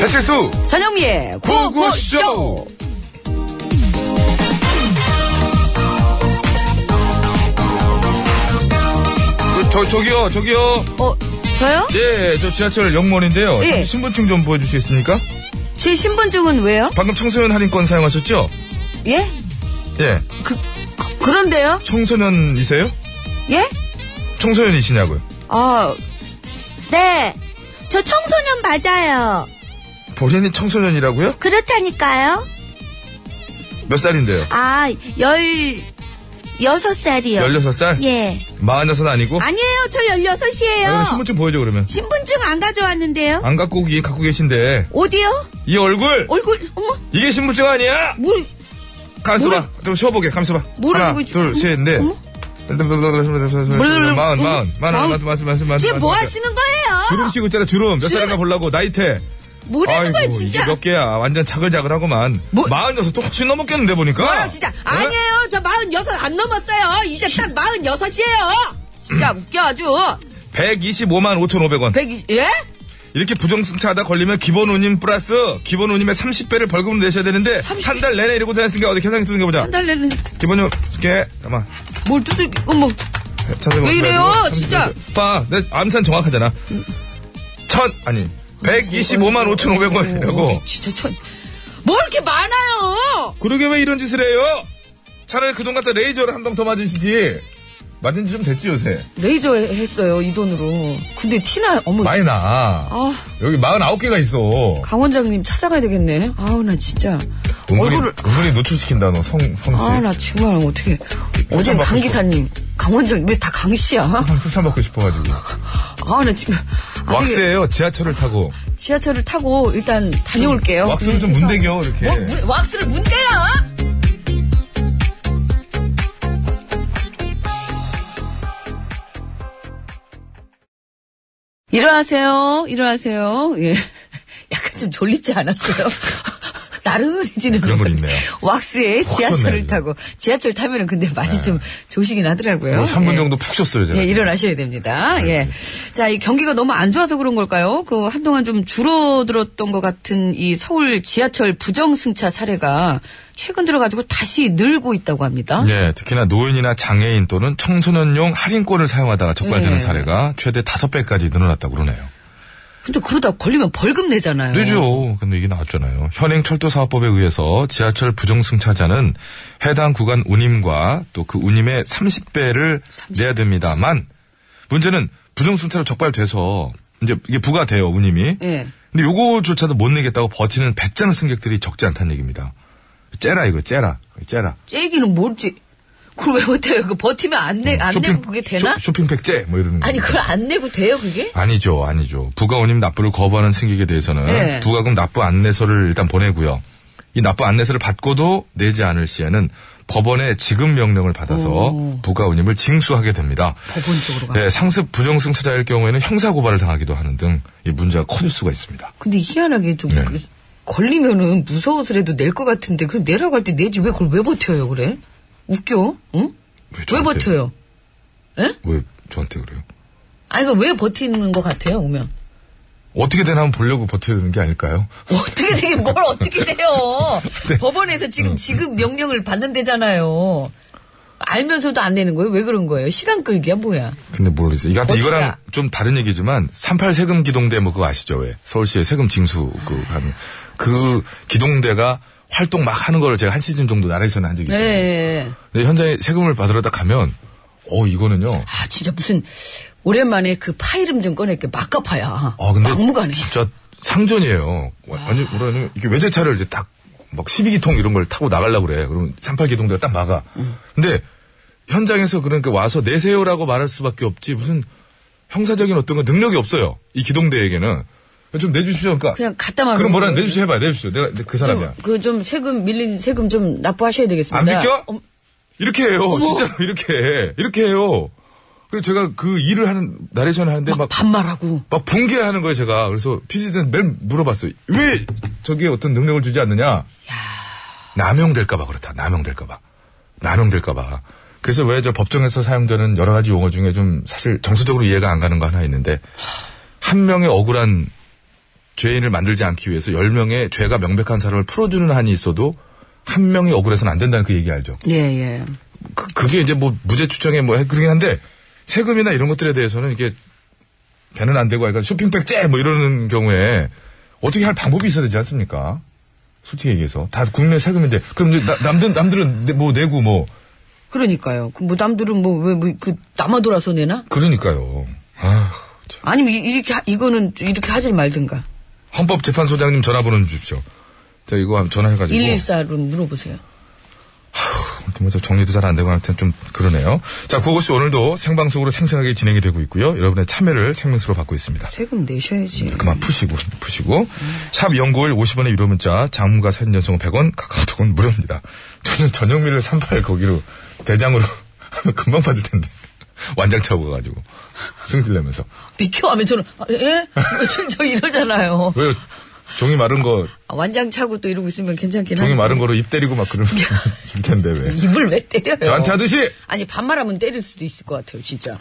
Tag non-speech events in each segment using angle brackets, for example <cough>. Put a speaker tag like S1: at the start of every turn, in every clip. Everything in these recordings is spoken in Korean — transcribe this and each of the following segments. S1: 배칠수
S2: 전영미의 구호구쇼!
S1: 그, 저, 저기요, 저기요.
S2: 어, 저요?
S1: 예, 저 지하철 영문인데요.
S2: 예.
S1: 잠시 신분증 좀 보여주시겠습니까?
S2: 제 신분증은 왜요?
S1: 방금 청소년 할인권 사용하셨죠?
S2: 예?
S1: 예.
S2: 그, 그- 그런데요?
S1: 청소년이세요?
S2: 예?
S1: 청소년이시냐고요?
S2: 아, 네. 저 청소년 맞아요.
S1: 본인이 청소년이라고요?
S2: 그렇다니까요?
S1: 몇 살인데요?
S2: 아, 열, 여섯 살이요.
S1: 16살?
S2: 예.
S1: 46 아니고?
S2: 아니에요, 저
S1: 아,
S2: 열여섯이에요.
S1: 그럼 신분증 아. 보여줘, 그러면.
S2: 신분증 안 가져왔는데요?
S1: 안 갖고 오기 갖고 계신데.
S2: 어디요?
S1: 이 얼굴!
S2: 얼굴, 어머,
S1: 이게 신분증 아니야?
S2: 뭘,
S1: 감수 봐. 좀 쉬어보게, 감수 봐.
S2: 뭐를
S1: 하나,
S2: 보고 있-
S1: 둘,
S2: 어머,
S1: 셋, 넷.
S2: 어머.
S1: 마흔, 마흔, 마흔,
S2: 마흔.
S1: 마흔, 마흔, 마흔, 마흔.
S2: 지금 뭐 하시는 거예요?
S1: 주름 씨고 있잖아, 주름. 몇
S2: 주름-
S1: 살인가 보려고, 나이테.
S2: 뭐라는 거야, 진짜.
S1: 이게 몇 개야. 완전 자글자글하고만.
S2: 뭐-
S1: 마흔여섯 또 훨씬 넘었겠는데, 보니까.
S2: 뭐라 아, 진짜
S1: 어?
S2: 아니에요 저 마흔여섯 안 넘었어요 이제 딱 마흔여섯이에요 진짜 웃겨 아주
S1: 125만 5,500원.
S2: 백이 예?
S1: 이렇게 부정승차하다 걸리면 기본 운임 플러스 기본 운임의 30배를 벌금을 내셔야 되는데 한 달 내내 이러고 다녔으니까 어디 계산기 두는 게 보자.
S2: 한달 내는
S1: 기본 운임 게 잠깐만.
S2: 뭘 두들기 어머
S1: 자세히
S2: 왜 이래요?
S1: 보면 돼가지고.
S2: 진짜.
S1: 봐, 아, 내 암산 정확하잖아. 천 아니 125만 5,500원이라고.
S2: 어, 진짜 천. 뭐 이렇게 많아요
S1: 그러게 왜 이런 짓을 해요? 차라리 그 돈 갖다 레이저를 한 방 더 맞으시지. 맞은 지 좀 됐지 요새.
S2: 레이저 해- 했어요 이 돈으로 근데 티나 어머
S1: 많이 나.
S2: 아
S1: 여기 49개가 있어.
S2: 강원장님 찾아가야 되겠네 아우 나 진짜
S1: 은근히,
S2: 얼굴을
S1: 은근히 노출시킨다 너 성 성씨.
S2: 아 나 정말 어떻게 어제
S1: 얼굴
S2: 강
S1: 바꾸고.
S2: 기사님 강원장 왜 다 강씨야
S1: 출산받고 싶어가지고.
S2: 아 나 지금 아, 되게
S1: 왁스예요 지하철을 타고
S2: 지하철을 타고 일단 다녀올게요
S1: 왁스를 좀 문대겨 이렇게
S2: 뭐, 문- 왁스를 문대요? 일어나세요, 일어나세요. 예. <laughs> 약간 좀 졸립지 않았어요? <laughs> 나른해지는
S1: 그런 건 있네요.
S2: 왁스에
S1: 확
S2: 지하철을
S1: 쏟네. 네.
S2: 타고 지하철 타면은 근데 많이 좀 조식이나 하더라고요.
S1: 뭐 3분
S2: 예.
S1: 정도 푹 쉬었어요 네. 제가
S2: 예, 일어나셔야 됩니다. 예. 자, 이 경기가 너무 안 좋아서 그런 걸까요? 그 한동안 좀 줄어들었던 것 같은 이 서울 지하철 부정승차 사례가 최근 들어가지고 다시 늘고 있다고 합니다.
S1: 예, 특히나 노인이나 장애인 또는 청소년용 할인권을 사용하다가 적발되는
S2: 예.
S1: 사례가 최대 5배까지 늘어났다고 그러네요.
S2: 근데 그러다 걸리면 벌금 내잖아요. 네.
S1: 되죠. 근데 이게 나왔잖아요. 현행 철도사업법에 의해서 지하철 부정승차자는 해당 구간 운임과 또 그 운임의 30배를 내야 됩니다만 문제는 부정승차로 적발돼서 이제 이게 부과돼요, 운임이.
S2: 예.
S1: 근데 요거조차도 못 내겠다고 버티는 배짱 승객들이 적지 않다는 얘기입니다. 째라 이거 째라. 째라.
S2: 째기는 뭘지. 그걸 왜 못해요? 그 버티면 안 내, 안 내고 그게 되나?
S1: 음, 쇼, 핑백 째. 뭐 이러는 거.
S2: 아니, 그걸 안 내고 돼요, 그게?
S1: 아니죠, 아니죠. 부가운임 납부를 거부하는 승객에 대해서는
S2: 예.
S1: 부가금 납부 안내서를 일단 보내고요. 이 납부 안내서를 받고도 내지 않을 시에는 법원의 지급 명령을 받아서 부가운임을 징수하게 됩니다.
S2: 법원 쪽으로 가.
S1: 네, 상습 부정승차자일 경우에는 형사 고발을 당하기도 하는 등 이 문제가 커질 수가 있습니다.
S2: 근데 희한하게 좀.
S1: 네.
S2: 그- 걸리면은 무서워서라도 낼 것 같은데, 그럼 내라고 할 때 내지. 왜 그걸 왜 버텨요, 그래? 웃겨? 응? 왜
S1: 저한테-
S2: 버텨요?
S1: 왜 저한테 그래요?
S2: 아니, 그왜 버티는 것 같아요, 오면?
S1: 어떻게 되나 한번 보려고 버텨야 되는 게 아닐까요?
S2: 어떻게 되게, 뭘 어떻게
S1: <laughs>
S2: 돼요?
S1: 네.
S2: 법원에서
S1: 음.
S2: 지금 지급 명령을 받는 데잖아요. 알면서도 안 내는 거예요? 왜 그런 거예요? 시간 끌기야, 뭐야?
S1: 근데 모르겠어요. 이거 하여튼
S2: 어떻게
S1: 이거랑
S2: 알아?
S1: 좀 다른 얘기지만 38 세금 기동대 뭐 그거 아시죠? 왜 서울시의 세금 징수 그 하면 그 기동대가 활동 막 하는 거를 제가 한 시즌 정도 나라에서는 한 적이
S2: 예,
S1: 있어요.
S2: 예. 예.
S1: 근데 현장에 세금을 받으러 딱 가면 어 이거는요.
S2: 아, 진짜 무슨, 오랜만에 그 파 이름 좀 꺼낼게. 막가파야.
S1: 아 근데
S2: 막무가내.
S1: 진짜 상전이에요. 와- 아니 뭐라냐면 이게 외제차를 이제 딱 막 12기통 이런 걸 타고 나가려고 그래. 그럼 38 기동대가 딱 막아.
S2: 음.
S1: 근데 현장에서 그러니까 와서 내세요라고 말할 수밖에 없지 무슨 형사적인 어떤 건 능력이 없어요. 이 기동대에게는 좀 내주시죠. 그러니까
S2: 그냥 갖다 말고.
S1: 그럼 뭐라 내주시 해봐. 내주시죠. 내가 그 사람이야.
S2: 그 좀 세금, 밀린 세금 좀 납부하셔야
S1: 안
S2: 되겠습니다.
S1: 믿겨?
S2: 어,
S1: 이렇게 해요. 진짜로 이렇게 해. 이렇게 해요. 그래서 제가 그 일을 하는 나레이션 하는데 네, 막
S2: 반말하고.
S1: 막 붕괴하는 거예요, 제가. 그래서 피디한테 매일 물어봤어요. 왜 저기에 어떤 능력을 주지 않느냐? 남용될까봐 그렇다. 남용될까봐. 남용될까봐. 그래서 왜 저 법정에서 사용되는 여러 가지 용어 중에 좀 사실 정서적으로 이해가 안 가는 거 하나 있는데, 한 명의 억울한 죄인을 만들지 않기 위해서 10명의 죄가 명백한 사람을 풀어주는 한이 있어도 한 명이 억울해서는 안 된다는 그 얘기 알죠?
S2: 예, 예.
S1: 그, 그게 이제 뭐 무죄 추정에 뭐 그러긴 한데 세금이나 이런 것들에 대해서는 이게 배는 안 되고 약간 쇼핑백 째뭐 이러는 경우에 어떻게 할 방법이 있어야 되지 않습니까? 솔직히 얘기해서 다 국내 세금인데 그럼 이제 나- 남들 남들은 내- 뭐 내고 뭐
S2: 그러니까요. 그 뭐, 남들은 뭐, 왜, 뭐, 그, 남아 돌아서 내나?
S1: 그러니까요. 아 참.
S2: 아니면 이- 이렇게, 하- 이거는 이렇게 하질 말든가.
S1: 헌법재판소장님 전화번호 주십시오. 저 이거 한번 전화해가지고
S2: 114로 물어보세요.
S1: 아무튼 뭐 정리도 잘 안 되고 아무튼 좀 그러네요. 자, 그것이 오늘도 생방송으로 생생하게 진행이 되고 있고요. 여러분의 참여를 생명수로 받고 있습니다.
S2: 세금 내셔야지.
S1: 그만 푸시고 푸시고 샵 연구일 50원의 유료 문자 장문과 사진 연속은 100원 카카오톡은 무료입니다. 저는 전영미를 38 거기로 대장으로 하면 금방 받을 텐데 완장 차고 가가지고 승질내면서
S2: 비켜 하면 저는, 아, 예? <laughs> 저, 저 이러잖아요.
S1: 왜 종이 마른 거
S2: 아, 완장 차고 또 이러고 있으면 괜찮긴
S1: 종이
S2: 한데.
S1: 마른 거로 입 때리고 막 그러면 될 텐데 왜
S2: 입을 왜 때려요?
S1: 저한테 하듯이
S2: 아니, 반말하면 때릴 수도 있을 것 같아요, 진짜.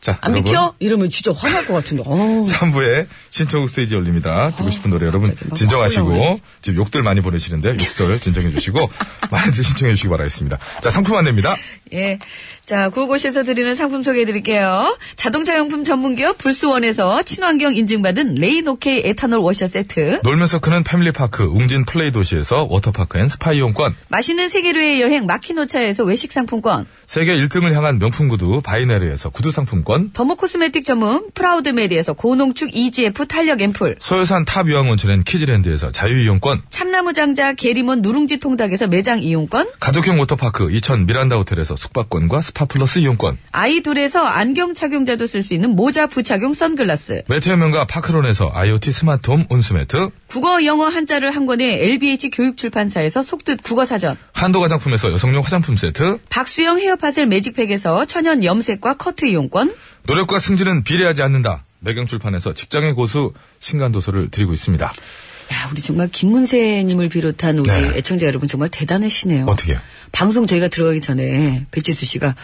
S1: 자
S2: 안 비켜? 이러면 진짜 화날 것 같은데.
S1: <laughs>
S2: 어우.
S1: 3부에 신청곡 스테이지 열립니다. 듣고 싶은 노래 여러분
S2: 갑자기 아, 너무
S1: 진정하시고
S2: 올라오네.
S1: 지금 욕들 많이 보내시는데 욕설 진정해 주시고 많이들 신청해 주시기 바라겠습니다. 자 상품 안내입니다.
S2: 예. 자, 구호고시에서 드리는 상품 소개해 드릴게요. 자동차 용품 전문기업 불수원에서 친환경 인증받은 레인오케이 에탄올 워셔 세트.
S1: 놀면서 크는 패밀리파크 웅진 플레이 도시에서 워터파크 앤 스파 이용권
S2: 맛있는 세계로의 여행 마키노차에서 외식 상품권.
S1: 세계 1등을 향한 명품 구두 바이네르에서 구두 상품권
S2: 더모 코스메틱 전문 프라우드메리에서 고농축 EGF 탄력 앰플.
S1: 소요산 탑 유황온천엔 키즈랜드에서 자유이용권
S2: 참나무 장자 게리몬 누룽지 통닭에서 매장 이용권.
S1: 가족형 워터파크 이천 미란다 호텔에서 숙박권과 스파플러스 이용권
S2: 아이 둘에서 안경 착용자도 쓸 수 있는 모자 부착용 선글라스.
S1: 매트의 명가 파크론에서 IoT 스마트홈 온수매트
S2: 국어 영어 한자를 한 권에 LBH 교육출판사에서 속뜻 국어사전.
S1: 한도 화장품에서 여성용 화장품 세트
S2: 박수영 헤어파셀 매직팩에서 천연 염색과 커트 이용권,
S1: 노력과 승진은 비례하지 않는다 매경출판에서 직장의 고수 신간도서를 드리고 있습니다
S2: 야, 우리 정말 김문세님을 비롯한 우리
S1: 네.
S2: 애청자 여러분 정말 대단하시네요.
S1: 어떻게요?
S2: 방송 저희가 들어가기 전에 배치수 씨가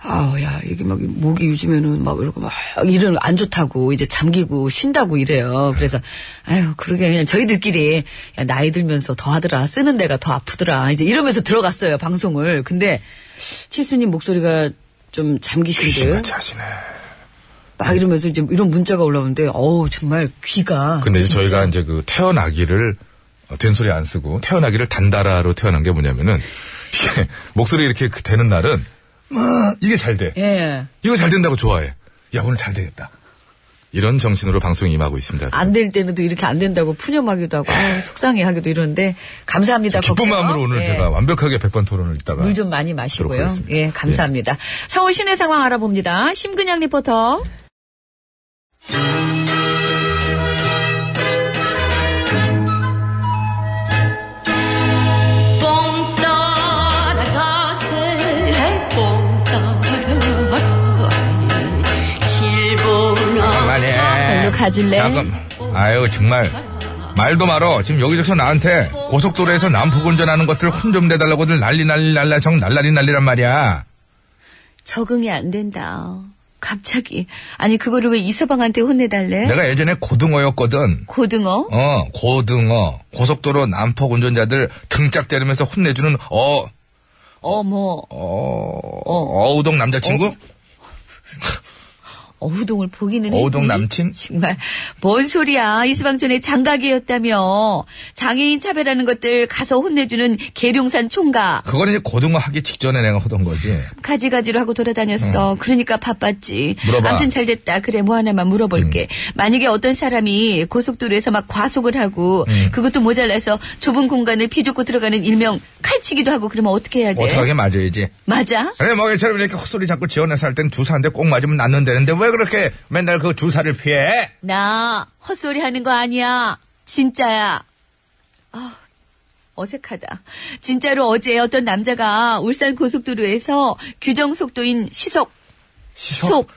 S2: 아우 야 이게 막 목이 요즘에는 막 이러고 막 이런 안 좋다고 이제 잠기고 쉰다고 이래요. 그래서 아유 그러게 그냥 저희들끼리 야, 나이 들면서 더 하더라 쓰는 데가 더 아프더라 이제 이러면서 들어갔어요 방송을. 근데 칠수님 목소리가 좀 잠기신 듯
S1: 같이 하시네
S2: 막 이러면서 이제 이런 문자가 올라오는데 어우 정말 귀가
S1: 근데 이제
S2: 진짜.
S1: 저희가 이제 그 태어나기를 어, 된소리 안 쓰고 태어나기를 단다라로 태어난 게 뭐냐면은 이게 <laughs> 목소리 이렇게 그 되는 날은 뭐 이게 잘 돼.
S2: 예.
S1: 이거 잘 된다고 좋아해. 야 오늘 잘 되겠다. 이런 정신으로 방송에 임하고 있습니다.
S2: 안 될 때는 또 이렇게 안 된다고 푸념하기도 하고 아유, 속상해하기도 이러는데 감사합니다.
S1: 기쁜
S2: 걱정.
S1: 마음으로 오늘
S2: 예.
S1: 제가 완벽하게 백반 토론을 있다가
S2: 물 좀 많이 마시고요.
S1: 하겠습니다. 네.
S2: 예, 감사합니다. 서울 시내 상황 알아봅니다. 심근양 리포터.
S3: 뽕 따라가세 뽕 따라가세 길보나
S2: 절로 가줄래?
S1: 아유 정말 말도 말어. 지금 여기저기서 나한테 고속도로에서 남포 운전하는 것들 혼 좀 내달라고들 난리 난리 날라 정 날라리 난리란 말이야.
S2: 적응이 안 된다. 갑자기 아니 그거를 왜 이서방한테 혼내달래?
S1: 내가 예전에 고등어였거든.
S2: 고등어?
S1: 어, 고등어. 고속도로 남폭 운전자들 등짝 때리면서 혼내주는 어,
S2: 어머
S1: 어, 어. 우동 남자친구?
S2: 어우동을 보기는
S1: 어우동
S2: 했더니
S1: 남친?
S2: 정말 뭔 소리야 이수방전의 장각이었다며 장애인 차별하는 것들 가서 혼내주는 계룡산 총각
S1: 그건 이제 고등어 하기 직전에 내가 하던 거지.
S2: 네. 가지가지로 하고 돌아다녔어 그러니까 바빴지
S1: 음. 물어봐. 음.
S2: 아무튼 잘됐다 그래 뭐 하나만 물어볼게 만약에 어떤 사람이 고속도로에서 막 과속을 하고
S1: 음.
S2: 그것도 모자라서 좁은 공간을 비좁고 들어가는 일명 칼치기도 하고 그러면 어떻게 해야 돼
S1: 어떡하게 맞아야지.
S2: 맞아
S1: 아니, 뭐, 처럼 이렇게 헛소리 자꾸 지어내서 할 땐 주사한테 꼭 맞으면 낫는다는데 왜 그렇게 맨날 그 주사를 피해?
S2: 나 헛소리 하는 거 아니야. 진짜야. 아, 어색하다. 진짜로 어제 어떤 남자가 울산 고속도로에서 규정 속도인 시속 속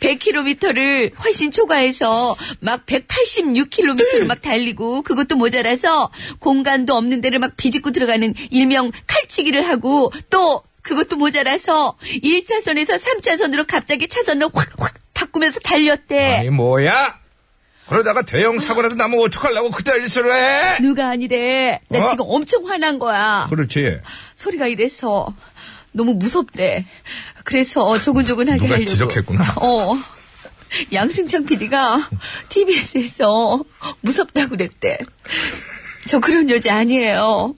S2: 100km를 훨씬 초과해서 막 186km로 막 달리고 그것도 모자라서 공간도 없는 데를 막 비집고 들어가는 일명 칼치기를 하고 또 그것도 모자라서 1차선에서 3차선으로 갑자기 차선을 확 확 바꾸면서 달렸대.
S1: 아니, 뭐야? 그러다가 대형 사고라도 나면 어떡하려고 그딴 짓을 해?
S2: 누가 아니래. 나
S1: 어?
S2: 지금 엄청 화난 거야.
S1: 그렇지.
S2: 소리가 이래서 너무 무섭대. 그래서 조근조근하게
S1: 누가
S2: 하려고.
S1: 지적했구나.
S2: 어. 양승창 PD가 TBS에서 무섭다고 그랬대. 저 그런 여자 아니에요.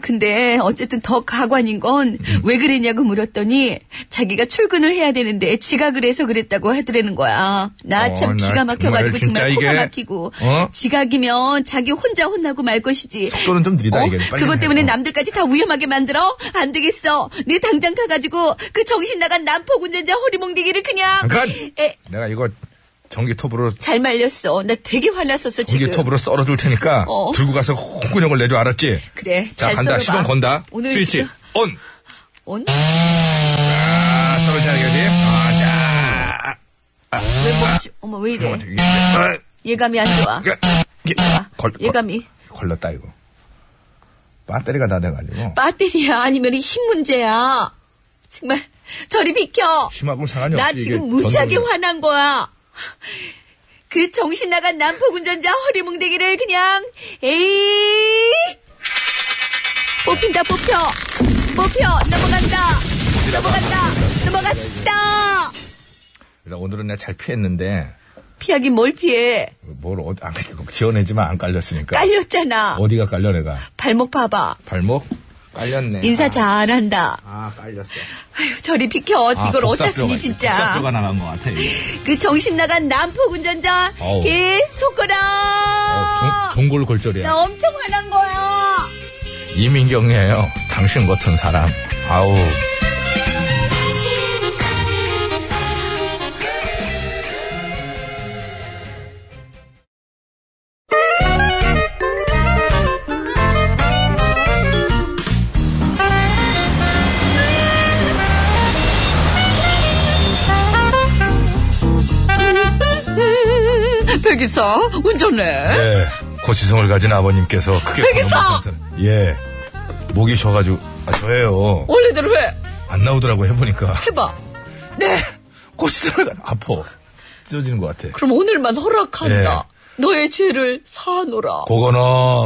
S2: 근데 어쨌든 더 가관인 건
S1: 음.
S2: 왜 그랬냐고 물었더니 자기가 출근을 해야 되는데 지가 그래서 그랬다고 하더라는 거야. 나 참
S1: 어, 나
S2: 기가 막혀가지고
S1: 정말
S2: 정말,
S1: 진짜
S2: 코가
S1: 이게-
S2: 막히고
S1: 어?
S2: 지각이면 자기 혼자 혼나고 말 것이지.
S1: 속도는 좀 느리다, 이게. 어? 빨리
S2: 그것
S1: 해.
S2: 때문에
S1: 어.
S2: 남들까지 다 위험하게 만들어? 안 되겠어. 내 당장 가가지고 그 정신 나간 난폭 운전자 허리몽댕이를 그냥.
S1: 잠깐!
S2: 에,
S1: 내가 이거 전기톱으로,
S2: 잘 말렸어. 나 되게 화났었어, 지금.
S1: 전기톱으로 썰어줄 테니까
S2: 어.
S1: 들고 가서 콧구녕을 내줘, 알았지?
S2: 그래,
S1: 자,
S2: 잘
S1: 간다.
S2: 써봐.
S1: 시동 건다.
S2: 오늘
S1: 스위치,
S2: 지금-
S1: 온!
S2: 언?
S1: 아, 썰어줘야 되겠지? 아, 자.
S2: 왜 멈추? 어머, 왜 이래?
S1: 어떻게 이게- 아,
S2: 예감이 안 좋아.
S1: 이게- 이게- 그, 걸- 걸-
S2: 예감이.
S1: 걸렸다, 이거. 배터리가 다 돼가지고.
S2: 배터리야, 아니면 이 힘 문제야. 정말, 저리 비켜.
S1: 힘하고 상관이
S2: 나
S1: 없지.
S2: 지금
S1: 이게
S2: 무지하게
S1: 전동이야.
S2: 화난 거야. 그 정신 나간 난폭 운전자 허리몽댕이를 그냥 에이 뽑힌다 뽑혀 뽑혀 넘어간다 넘어간다 넘어갔다
S1: 그래서 오늘은 내가 잘 피했는데,
S2: 피하긴 뭘 피해
S1: 뭘, 어, 안, 지어내지만 안 깔렸으니까.
S2: 깔렸잖아
S1: 어디가 깔려, 내가?
S2: 발목 봐봐
S1: 발목? 깔렸네.
S2: 인사 잘한다
S1: 아, 깔렸어.
S2: 아휴 저리 비켜 이걸 어디다 쓰니 진짜
S1: 복사뼈가 나간 것 같아, 이게.
S2: 그 정신 나간 난폭 운전자
S1: 어우.
S2: 계속 거라
S1: 어, 종, 골 골절이야.
S2: 나 엄청 화난 거야.
S1: 이민경이에요. 당신 같은 사람. 아우.
S2: <laughs> 백이사 운전해.
S1: 예. 고지성을 가진 아버님께서 크게
S2: 백이사!
S1: 번호 못 사람. 예. 목이 쉬어가지고, 아, 저예요.
S2: 원래대로 해.
S1: 안 나오더라고 해보니까.
S2: 해봐.
S1: 네! 고지성을 가, 아파. 찢어지는 것 같아.
S2: 그럼 오늘만 허락한다. 너의 죄를 사노라.
S1: 그거는,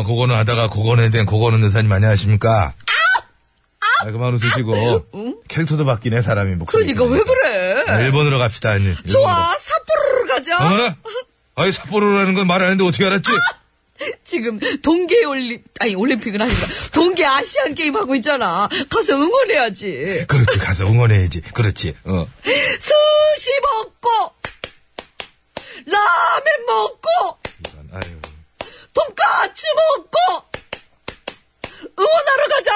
S1: 그거는 하다가, 그거는 된, 그거는 의사님 안녕하십니까? 아, 그만 웃으시고. 캐릭터도 바뀌네, 사람이. 목소리
S2: 그러니까 왜
S1: 아,
S2: 그래?
S1: 일본으로 갑시다, 아니.
S2: 좋아, 삿포로로 가자.
S1: 어머나! 아니, 삿포로라는 건 말 안 했는데 어떻게 알았지?
S2: 지금 동계 올림 아니 올림픽은 아니다. 동계 아시안 게임 하고 있잖아. 가서 응원해야지.
S1: 그렇지, 가서 응원해야지. 그렇지, 어.
S2: 스시 먹고 라멘 먹고
S1: 이런, 아유.
S2: 돈까스 먹고 응원하러 가자.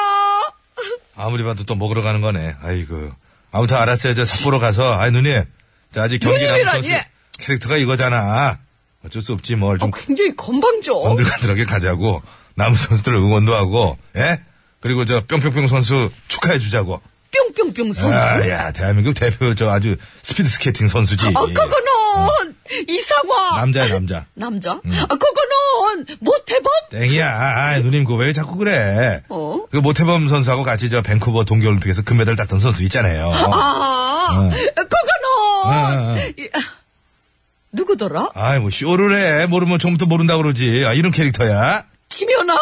S1: 아무리 봐도 또 먹으러 가는 거네. 아이고. 아무튼 알았어요. 저 삿포로 가서. 아이, 누님. 자, 아직 경기
S2: 누님이라니.
S1: 남았어. 캐릭터가 이거잖아. 어쩔 수 없지, 뭘. 좀
S2: 어, 굉장히 건방져.
S1: 건들건들하게 가자고 남은 선수들 응원도 하고 예 그리고 저 뿅뿅뿅 선수 축하해 주자고
S2: 뿅뿅뿅 선수.
S1: 아, 야 대한민국 대표 저 아주 스피드 스케이팅 선수지
S2: 아, 그거는 이상화
S1: 남자야 음. 남자
S2: 남자. 아, 그거는 모태범.
S1: 땡이야 아, 누님 그거 왜 자꾸 그래
S2: 어?
S1: 그 모태범 선수하고 같이 저 밴쿠버 동계올림픽에서 금메달 땄던 선수
S2: <laughs>
S1: 있잖아요
S2: 아,
S1: 어.
S2: 그거는
S1: 어, 어, 어.
S2: 이- 아, 누구더라?
S1: 아이 뭐 쇼를 해 모르면 처음부터 모른다 그러지 아, 이런 캐릭터야
S2: 김연아.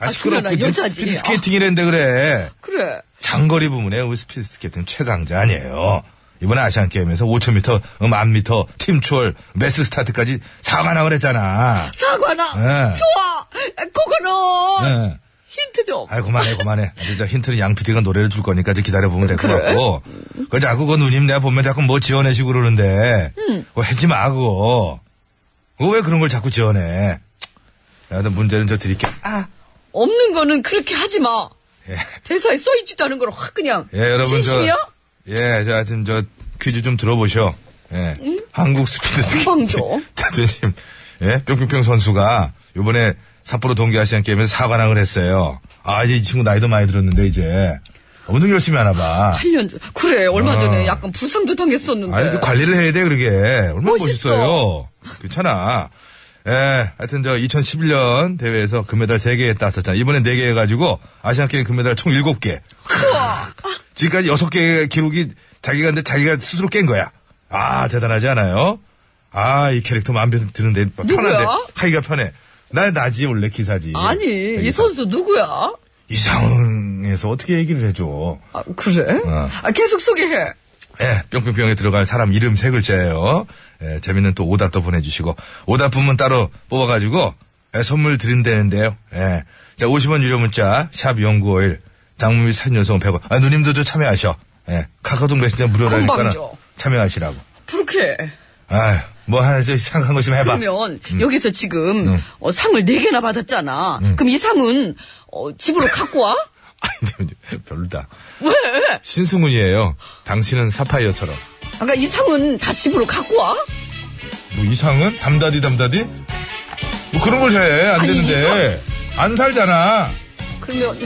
S2: 아, 그러나
S1: 지금
S2: 여자지.
S1: 스피드 스케이팅이랬는데 그래
S2: 그래.
S1: 장거리 부문에 우리 스피드 스케이팅 최강자 아니에요. 이번에 아시안 게임에서 5,000m, 10,000m, 팀 추월, 매스 스타트까지 사관왕을 했잖아.
S2: 사과나.
S1: 예.
S2: 좋아. 아, 그거는
S1: 예.
S2: 힌트 좀.
S1: 아이 그만해 그만해. 진짜 힌트는 양 PD가 노래를 줄 거니까 이제 기다려 보면 될 것
S2: 그래?
S1: 같고. 그 자꾸 그 누님 내가 보면 자꾸 뭐 지어내시고 그러는데.
S2: 음.
S1: 그거 하지 마 그거. 그거 왜 그런 걸 자꾸 지어내? 나도 문제는 저 드릴게.
S2: 없는 거는 그렇게 하지 마.
S1: 예.
S2: 대사에 써 있지도 않은 걸 확 그냥.
S1: 예, 여러분
S2: 진심이야?
S1: 저 예, 저 하여튼 저 퀴즈 좀 들어보셔. 예.
S2: 음?
S1: 한국 스피드
S2: 건방져.
S1: 스케이팅 <laughs> 자존심. 예, 뿅뿅뿅 선수가 요번에 삿포로 동계 아시안 게임에서 사관왕을 했어요. 아, 이제 이 친구 나이도 많이 들었는데 이제 아, 운동 열심히 하나 봐.
S2: 8년 전. 그래, 얼마
S1: 아.
S2: 전에 약간 부상도 당했었는데.
S1: 아니, 그 관리를 해야 돼, 그러게. 얼마나
S2: 네. 멋있어.
S1: 멋있어요. 괜찮아. 예, 하여튼 저 2011년 대회에서 금메달 3개 땄었잖아. 이번엔 4개 해가지고 아시안게임 금메달 총 7개. 지금까지 6개의 기록이 자기가 근데 자기가 스스로 깬 거야. 아, 대단하지 않아요? 아, 이 캐릭터 마음에 드는데 편한데 하기가 편해. 나 나지 원래 기사지.
S2: 아니, 이
S1: 기사.
S2: 선수 누구야?
S1: 이상훈에서 어떻게 얘기를 해줘?
S2: 아, 그래?
S1: 어.
S2: 아, 계속 소개해.
S1: 예, 뿅뿅뿅에 들어갈 사람 이름 세 글자예요. 예, 재밌는 또 오답도 보내주시고 오답 부문 따로 뽑아가지고 예, 선물 드린다는데요. 예, 자 50원 유료 문자 샵 #0951 장무비 산연성 100원. 아 누님도 좀 참여하셔. 예, 카카오톡 메신저 무료라니까
S2: 건방져.
S1: 참여하시라고.
S2: 부르케.
S1: 아뭐 하나 좀 생각한 거 좀 해봐.
S2: 그러면
S1: 음.
S2: 여기서 지금 어, 상을 네개나 받았잖아. 그럼 이 상은 어, 집으로 갖고 와?
S1: <laughs> 아니, 별로다.
S2: 왜?
S1: 신승훈이에요. 당신은 사파이어처럼.
S2: 아까 그러니까 이 상은 다 집으로 갖고 와?
S1: 뭐 이상은 담다디 담다디? 뭐 그런 걸 해. 안
S2: 아니,
S1: 되는데. 안 살잖아.
S2: 그러면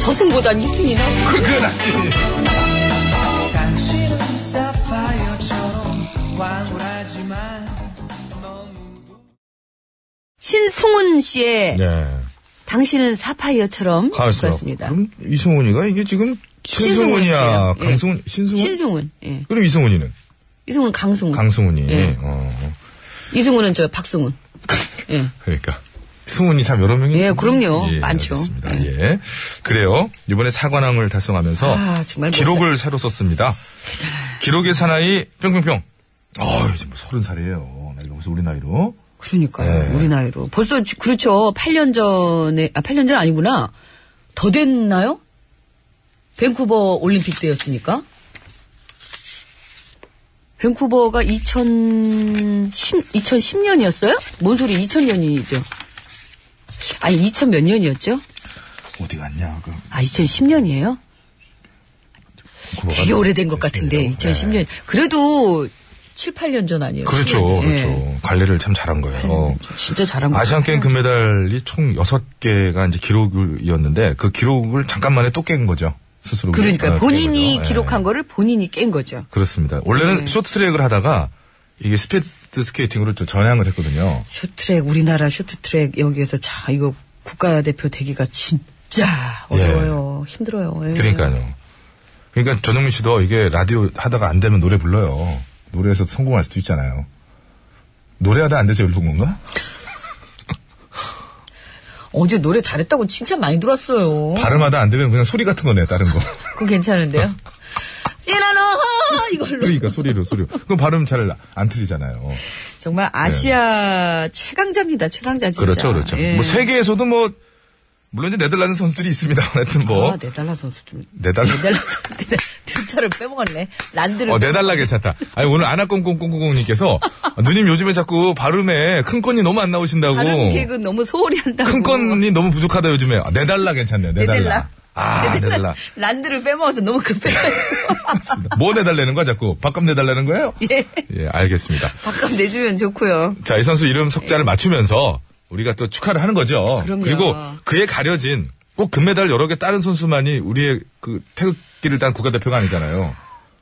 S2: 저승보단 이승이 나.
S1: 그, 그건 아니지.
S3: 당신은 사파이어처럼 황홀하지만 너무
S2: 신승훈 씨의
S1: 네.
S2: 당신은 사파이어처럼
S1: 가만있습니다. 그럼 이승훈이가 이게 지금 신승훈이야.
S2: 신승훈 씨요. 예.
S1: 강승훈, 신승훈?
S2: 신승훈. 예.
S1: 그럼 이승훈이는?
S2: 이승훈 강승훈.
S1: 강승훈이.
S2: 예.
S1: 어.
S2: 이승훈은 저 박승훈. 예.
S1: 그러니까. 승훈이 참 여러 명이.
S2: 예, 그럼요. 많죠.
S1: 알겠습니다. 예. 그래요. 이번에 사관왕을 달성하면서
S2: 아, 정말
S1: 기록을 새로 썼습니다. 기록의 사나이 뿅뿅뿅. 아, 이제 뭐 서른 살이에요. 나이가 벌써 우리 나이로.
S2: 그러니까요.
S1: 예.
S2: 우리 나이로. 벌써 지- 그렇죠. 8년 전에 아 8년 전 아니구나. 더 됐나요? 밴쿠버 올림픽 때였으니까. 밴쿠버가 2010 2010년이었어요? 뭔 소리 2000년이죠. 아니 2000 몇 년이었죠?
S1: 어디 갔냐? 그
S2: 아 2010년이에요?
S1: 구로가
S2: 되게 오래된 것
S1: 예.
S2: 같은데 2010년. 그래도 7, 8년 전 아니에요?
S1: 네. 그렇죠,
S2: 10년.
S1: 그렇죠.
S2: 예. 음.
S1: 관리를 참 잘한 거예요. 어.
S2: 진짜 잘한 거
S1: 아시안 게임 금메달이 총 6개가 이제 기록이었는데 그 기록을 잠깐만에 또 깬 거죠. 스스로.
S2: 그러니까
S1: 아,
S2: 요
S1: 깬
S2: 본인이
S1: 거죠.
S2: 기록한
S1: 예.
S2: 거를 네. 본인이 깬 거죠.
S1: 그렇습니다. 원래는 쇼트트랙을 하다가 이게 스피드 스케이팅으로 좀 전향을 했거든요.
S2: 쇼트트랙 우리나라 쇼트트랙 여기에서 자 이거 국가대표 되기가 진짜 어려워요. 힘들어요. 예.
S1: 그러니까요. 그러니까 전영민 씨도 이게 라디오 하다가 안 되면 노래 불러요. 노래에서 성공할 수도 있잖아요. 노래하다 안 돼서 열본 건가?
S2: 어제 노래 잘했다고 칭찬 많이 들었어요.
S1: 발음하다 안 되면 그냥 소리 같은 거네, <laughs> 다른 거. <laughs>
S2: 그거 괜찮은데요? 찌라노 이걸로
S1: 그러니까 소리로, 소리로. 그럼 발음 잘 안 틀리잖아요.
S2: 정말 아시아 최강자입니다. 최강자 진짜.
S1: 예. 그렇죠, 그렇죠.
S2: 예.
S1: 뭐 세계에서도 뭐 물론 이제 네덜란드 선수들이 있습니다. <laughs> 하여튼 뭐
S2: 아, 네달라 선수들.
S1: 네달라
S2: 네달라 선수들. 등차를 빼먹었네. 란드를.
S1: 어 네달라 괜찮다. 아니 오늘 아나꽁꽁꽁꽁님께서 누님 요즘에 자꾸 발음에 큰 건이 너무 안 나오신다고.
S2: 다른 개그 뭐. 너무 소홀히 한다고.
S1: 큰 건이 너무 부족하다 요즘에. 아, 네달라 괜찮네요. 네달라.
S2: 네달라.
S1: 아
S2: <laughs>
S1: 네달라.
S2: 란드를 빼먹어서 너무
S1: <laughs>
S2: 급해가지고. <laughs>
S1: 뭐 내달라는 거야 자꾸? 밥값 내달라는 거예요?
S2: 예.
S1: 예 알겠습니다.
S2: 밥값 내주면 좋고요.
S1: 자 이 선수 이름 석자를 맞추면서 우리가 또 축하를 하는 거죠.
S2: 네. 그럼요.
S1: 리고 그에 가려진 꼭 금메달 여러 개 다른 선수만이 우리의 그 태극기를 단 국가대표가 아니잖아요.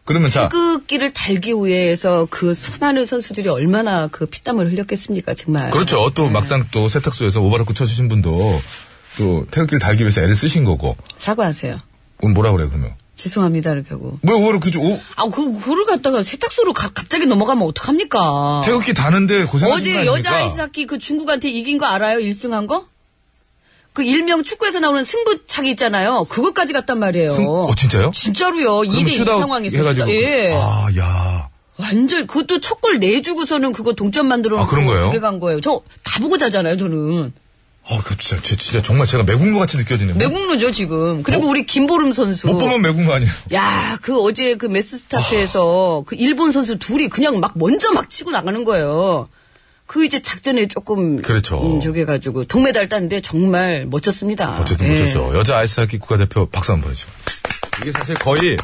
S1: 그러면 자
S2: 태극기를 달기 위해서 그 수많은 선수들이 얼마나 그 피땀을 흘렸겠습니까, 정말.
S1: 그렇죠.
S2: 네.
S1: 또 막상 또 세탁소에서 오바로크 쳐주신 분도 또 태극기를 달기 위해서 애를 쓰신 거고.
S2: 사과하세요.
S1: 오늘 뭐라 그래 그러면?
S2: 죄송합니다를 결국.
S1: 왜 오바로크 죠 오,
S2: 아, 그, 그걸 갖다가 세탁소로 가- 갑자기 넘어가면 어떡합니까?
S1: 태극기 다는데 고생하신 거
S2: 어제
S1: 아닙니까?
S2: 여자 아이스하키 그 중국한테 이긴 거 알아요? 1승한 거? 그 일명 축구에서 나오는 승부차기 있잖아요. 그것까지 갔단 말이에요.
S1: 승- 어, 진짜요?
S2: 진짜로요. 2대2
S1: 슈다웃
S2: 상황에서.
S1: 해가지고
S2: 슈다- 예.
S1: 아, 야.
S2: 완전 그것도 첫 골 내주고서는 그거 동점 만들어
S1: 아, 그런 거예요?
S2: 그게 간 거예요. 저 다 보고 자잖아요, 저는.
S1: 아, 그 진짜 제- 진짜 정말 제가 매군 것 같이 느껴지네요.
S2: 매국노죠 지금. 그리고 우리 김보름 선수.
S1: 어? 못 보면 매군 거 아니에요?
S2: 야, 그 어제 그 메스스타트에서
S1: 아.
S2: 그 일본 선수 둘이 그냥 막 먼저 막 치고 나가는 거예요. 그 이제 작전에 조금
S1: 그렇죠.
S2: 음, 저게 가지고 동메달 땄는데 정말 멋졌습니다.
S1: 어쨌든
S2: 예.
S1: 그렇죠. 여자 아이스하키 국가대표 박수 한번 보내주고. 이게 사실 거의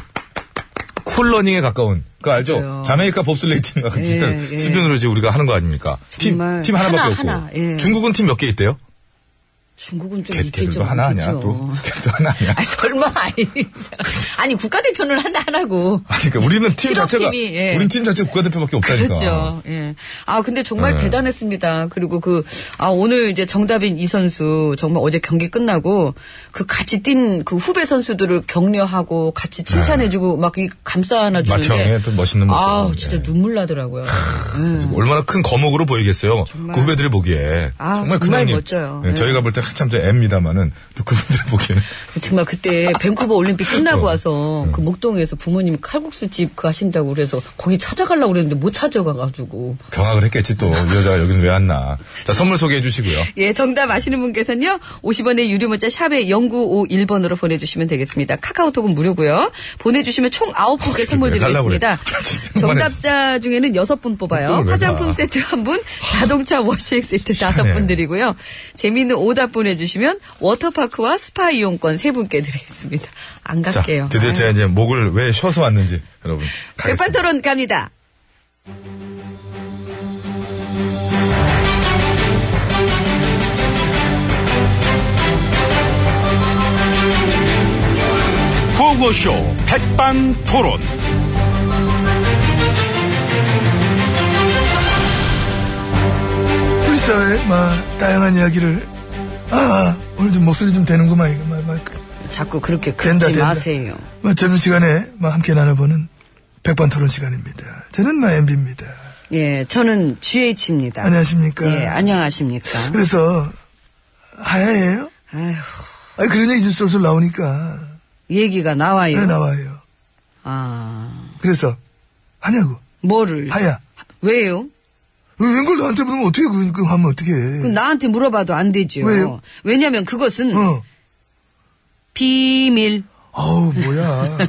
S1: 쿨러닝에 가까운. 그 알죠?
S2: 맞아요.
S1: 자메이카 봅슬레이 팀과
S2: 예,
S1: 비슷한
S2: 예.
S1: 수준으로 이제 우리가 하는 거 아닙니까? 팀,
S2: 정말
S1: 팀 하나밖에
S2: 하나,
S1: 없고.
S2: 하나, 예.
S1: 중국은 팀 몇 개 있대요?
S2: 중국은 좀
S1: 걔,
S2: 있겠죠.
S1: 걔들도 하나 아니야,
S2: 그렇죠.
S1: 또. <laughs> 걔도 하나 아니야.
S2: 아, 설마
S1: <laughs>
S2: 아니잖아. 아니 국가대표는 한다 하라고.
S1: 아니, 그러니까 우리는 팀 자체가,
S2: 실업팀이, 예.
S1: 우린 팀 자체가 국가대표밖에 없다니까.
S2: 그렇죠. 예. 아 근데 정말
S1: 예.
S2: 대단했습니다. 그리고 그 아 오늘 이제 정답인 이 선수 정말 어제 경기 끝나고 그 같이 뛴 그 후배 선수들을 격려하고 같이 칭찬해주고 막 이 감싸 안아주는
S1: 마청에 네. 또 멋있는 모습.
S2: 아 진짜
S1: 예.
S2: 눈물 나더라고요. 예.
S1: 음. 얼마나 큰 거목으로 보이겠어요.
S2: 정말.
S1: 그 후배들이 보기에.
S2: 아, 정말
S1: 큰 형님.
S2: 멋져요.
S1: 예,
S2: 예.
S1: 저희가 볼 때 한참 저 앱입니다만은 또 그분들 보기에는 <laughs>
S2: 정말 그때 밴쿠버 올림픽 끝나고
S1: 어.
S2: 와서 그 목동에서 부모님 칼국수 집 그 하신다고 그래서 거기 찾아가려고 그랬는데 못 찾아가가지고.
S1: 경악을 했겠지 또. 이 여자가 여기는 왜 왔나. 자, 선물 소개해 주시고요.
S2: 예, 정답 아시는 분께서는요, 50원의 유료 문자 샵에 0951번으로 보내주시면 되겠습니다. 카카오톡은 무료고요 보내주시면 총 9분께 선물
S1: 아, 왜 달라고
S2: 드리겠습니다.
S1: 그래. <laughs> 아, 진짜
S2: 정답자 중에는 6분 뽑아요.
S1: 똥을 왜
S2: 화장품
S1: 가.
S2: 세트 1분, 자동차 워싱 세트 5분 드리고요. 재미있는 오답 보내주시면 워터파크와 스파 이용권 3분께 드리겠습니다. 안
S1: 자,
S2: 갈게요.
S1: 드디어
S2: 아유.
S1: 제가 이제 목을 왜 쉬어서 왔는지 여러분.
S2: 백반
S1: 가겠습니다.
S2: 토론 갑니다.
S4: 구호쇼 백반 토론.
S5: 우리 사회의 막 다양한 이야기를 아, 아 오늘 좀 목소리 좀 되는구만 이거 막, 막.
S2: 자꾸 그렇게
S5: 된다,
S2: 긁지
S5: 된다.
S2: 마세요.
S5: 막 점심시간에 막 함께 나눠보는 백반토론 시간입니다 저는 마 MB입니다
S2: 예, 저는 GH입니다.
S5: 안녕하십니까
S2: 예, 안녕하십니까.
S5: 그래서 하야예요?
S2: 아휴,
S5: 아니 그런 얘기 좀 쏠쏠 나오니까
S2: 얘기가 나와요.
S5: 왜 나와요
S2: 아,
S5: 그래서 하냐고
S2: 뭐를?
S5: 하야
S2: 왜요?
S5: 왜 웬걸 나한테 물으면 어떻게 그, 그 하면 어떻게
S2: 그럼 나한테 물어봐도 안 되죠.
S5: 왜요?
S2: 왜냐면 그것은
S5: 어.
S2: 비밀.
S5: 아우 뭐야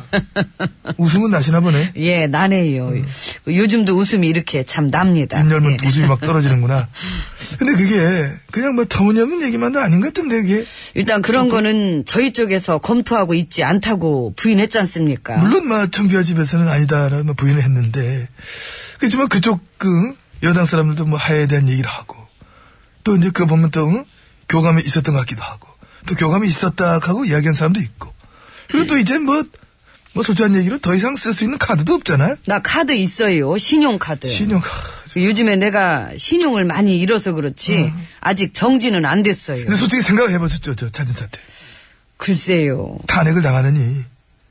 S5: 웃음은 나시나 보네
S2: 예, 나네요. 그 요즘도 웃음이 이렇게 참 납니다.
S5: 입 열면
S2: 예.
S5: 음. 웃음이 막 떨어지는구나. 근데 그게 그냥 뭐 터무니없는 얘기만도 아닌 것 같은데 그게
S2: 일단
S5: 음.
S2: 그런 거는 저희 쪽에서 검토하고 있지 않다고 부인했지 않습니까?
S5: 물론 막 청규하 집에서는 아니다라고 막 부인을 했는데 그렇지만 그쪽 그 여당 사람들도 뭐 하야에 대한 얘기를 하고 또 이제 그거 보면 또 응? 교감이 있었던 것 같기도 하고 또 교감이 있었다 하고 이야기한 사람도 있고 그리고 또 이제 뭐 뭐 솔직한 얘기로 더 이상 쓸 수 있는 카드도 없잖아요.
S2: 나 카드 있어요. 신용카드. 그
S5: 신용 하,
S2: 요즘에 내가 신용을 많이 잃어서 그렇지 아직 정지는 안 됐어요.
S5: 근데 솔직히 생각해보셨죠 저 자진 사태.
S2: 글쎄요.
S5: 탄핵을 당하느니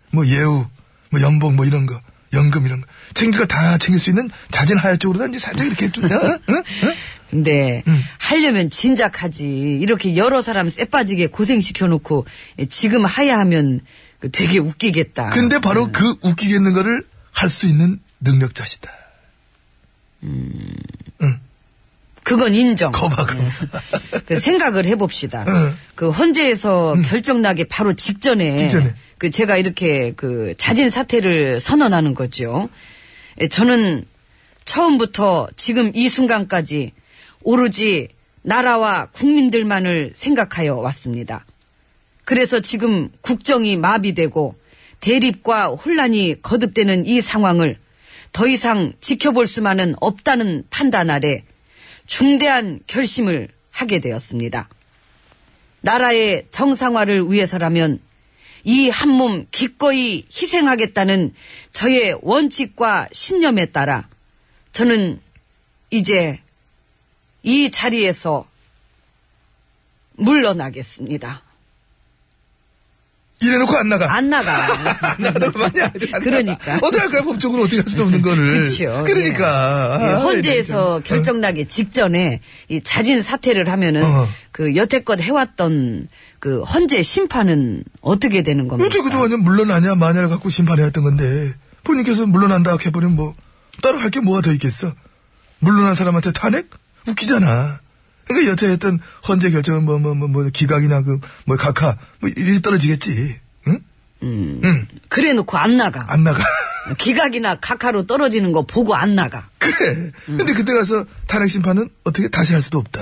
S5: 뭐 예우, 뭐 연봉 뭐 이런 거, 연금 이런 거 챙길 거 다 챙길 수 있는 자진 하야 쪽으로 다 이제 살짝 이렇게 좀 어? 어? 어?
S2: 근데
S5: 음.
S2: 하려면 진작 하지 이렇게 여러 사람 쎄빠지게 고생시켜놓고 지금 하야 하면 그 되게 웃기겠다.
S5: 근데 바로
S2: 네.
S5: 그 웃기겠는 거를 할 수 있는 능력자시다.
S2: 그건 인정.
S5: 거봐 그.
S2: 그 생각을 해봅시다.
S5: 응.
S2: 그 헌재에서 결정나기 바로 직전에,
S5: 직전에.
S2: 그 제가 이렇게 그 자진 사퇴를 선언하는 거죠. 예, 저는 처음부터 지금 이 순간까지 오로지 나라와 국민들만을 생각하여 왔습니다. 그래서 지금 국정이 마비되고 대립과 혼란이 거듭되는 이 상황을 더 이상 지켜볼 수만은 없다는 판단 아래 중대한 결심을 하게 되었습니다. 나라의 정상화를 위해서라면 이 한몸 기꺼이 희생하겠다는 저의 원칙과 신념에 따라 저는 이제 이 자리에서 물러나겠습니다.
S5: 이래놓고 안 나가.
S2: 안 나가. 그러니까.
S5: 어떻게 할까요? 법적으로 어떻게 할 수도 없는 거를.
S2: 그렇죠.
S5: 그러니까.
S2: 예,
S5: 아,
S2: 헌재에서
S5: 이러니까. 어.
S2: 결정나기 직전에 이 자진 사퇴를 하면은
S5: 어.
S2: 그 여태껏 해왔던 그 헌재 심판은 어떻게 되는 겁니까?
S5: 어떻게 그동안 물러나냐 마냐를 갖고 심판해왔던 건데 본인께서 물러난다 해버리면 뭐 따로 할 게 뭐가 더 있겠어 물러난 사람한테 탄핵? 웃기잖아 그러니까 여태 했던 헌재 결정은 뭐 뭐 뭐 뭐, 기각이나 그 뭐 각하 뭐 일이 떨어지겠지 응?
S2: 음. 그래 놓고 안 나가.
S5: 안 나가
S2: 기각이나 각하로 떨어지는 거 보고 안 나가.
S5: 그래 근데 그때 가서 탄핵 심판은 어떻게 다시 할 수도 없다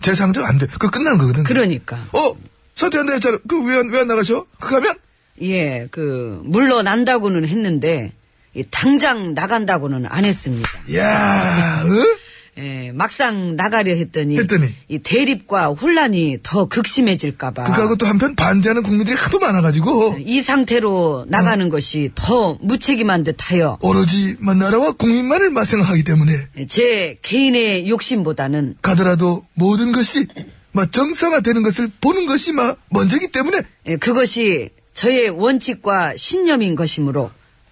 S5: 재상정 안돼 그거 끝난 거거든
S2: 그러니까.
S5: 어? 사퇴한다 했잖아 그왜안 왜 안 나가셔? 그거 하면?
S2: 예, 그, 물러난다고는 했는데, 이 당장 나간다고는 안 했습니다.
S5: 어? 야 응?
S2: 예, 막상 나가려 했더니,
S5: 했더니.
S2: 이 대립과 혼란이 더 극심해질까봐
S5: 그거하고 또 한편 반대하는 국민들이 하도 많아가지고
S2: 이 상태로 나가는
S5: 음.
S2: 것이 더 무책임한 듯하여
S5: 오로지만 나라와 국민만을 마생하기 때문에
S2: 제 개인의 욕심보다는
S5: 가더라도 모든 것이 막 정상화되는 것을 보는 것이 막 먼저기 때문에
S2: 그것이 저의 원칙과 신념인 것이므로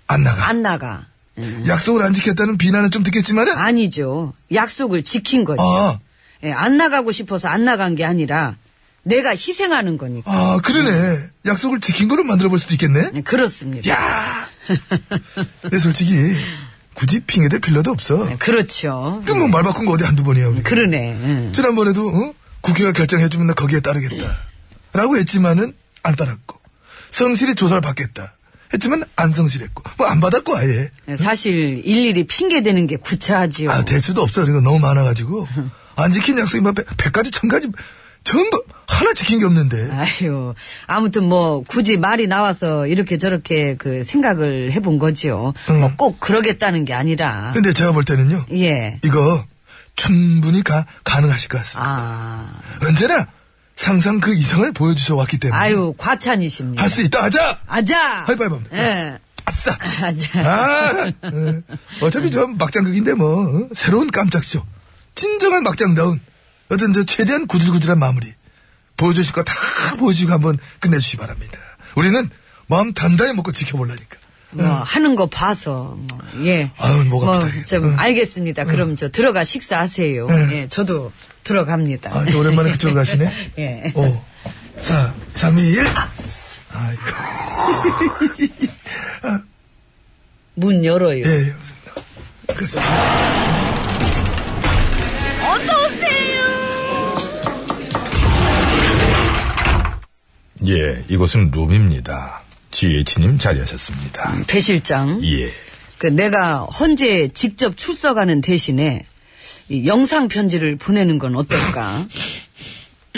S5: 안 나가.
S2: 안 나가.
S5: 약속을 안 지켰다는 비난은 좀 듣겠지만은
S2: 아니죠. 약속을 지킨 거죠.
S5: 아,
S2: 예, 안 나가고 싶어서 안 나간 게 아니라 내가 희생하는 거니까.
S5: 아 그러네. 약속을 지킨 거로 만들어 볼 수도 있겠네.
S2: 예, 그렇습니다.
S5: 야. 근데 솔직히 굳이 핑계될 필요도 없어.
S2: 예, 그렇죠.
S5: 그럼 뭐말 바꾼 거 어디 한두 번이야. 우리.
S2: 그러네. 예.
S5: 지난번에도 어? 국회가 결정해주면 나 거기에 따르겠다. 라고 했지만은 안 따랐고 성실히 조사를 받겠다. 했지만 안 성실했고 뭐 안 받았고 아예.
S2: 예, 사실 일일이 핑계대는 게 구차하지요.
S5: 아, 될 수도 없어. 이거 너무 많아가지고. 안 지킨 약속이 막 100가지, 1000가지, 전부 하나 지킨 게 없는데.
S2: 아유, 아무튼 뭐 굳이 말이 나와서 이렇게 저렇게 그 생각을 해본 거지요.
S5: 응.
S2: 뭐 꼭 그러겠다는 게 아니라.
S5: 근데 제가 볼 때는요.
S2: 예.
S5: 이거 충분히 가, 가능하실 것 같습니다.
S2: 아,
S5: 언제나 상상 그 이상을 보여주셔 왔기 때문에.
S2: 아유, 과찬이십니다.
S5: 할 수 있다. 하자!
S2: 아자.
S5: 하이파이브 합니다.
S2: 예.
S5: 아싸!
S2: 아자.
S5: 아! 예. 어차피 좀 막장극인데 뭐. 어? 새로운 깜짝쇼. 진정한 막장다운. 어떤 저 최대한 구질구질한 마무리. 보여주실 거 다 보여주고 한번 끝내주시기 바랍니다. 우리는 마음 단단히 먹고 지켜보려니까.
S2: 뭐 하는 거 봐서 뭐, 예.
S5: 아. 아유, 뭐가
S2: 뭐,
S5: 부탁해.
S2: 좀
S5: 응.
S2: 알겠습니다. 그럼 저 들어가 식사하세요.
S5: 예.
S2: 예, 저도 들어갑니다.
S5: 아, 또 오랜만에 그쪽으로 가시네.
S2: <laughs> 예.
S5: 5, 4, 3, 2, 1. 아이고.
S2: 문 열어요.
S5: 예, 예. 그렇죠.
S1: 예, 이곳은 룸입니다. GH님 자리하셨습니다.
S2: 배 실장.
S1: 예.
S2: 그 내가 헌재에 직접 출석하는 대신에 이 영상 편지를 보내는 건 어떨까?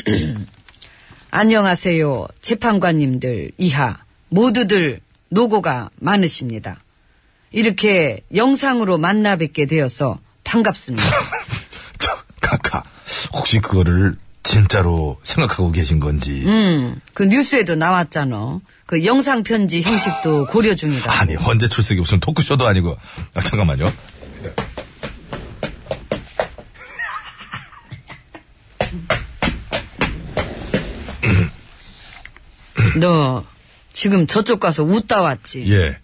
S2: <clears throat> 안녕하세요. 재판관님들 이하 모두들 노고가 많으십니다. 이렇게 영상으로 만나 뵙게 되어서
S1: <laughs>
S2: 반갑습니다.
S1: 저, 카카. 혹시 그거를 진짜로 생각하고 계신 건지.
S2: 음, 그 뉴스에도 나왔잖아. 그 영상 편지 형식도 고려 중이다.
S1: 아니, 네. 언제 출석이 무슨 토크쇼도 아니고. 아, 잠깐만요.
S2: 너 지금 저쪽 가서 웃다 왔지?
S1: 예.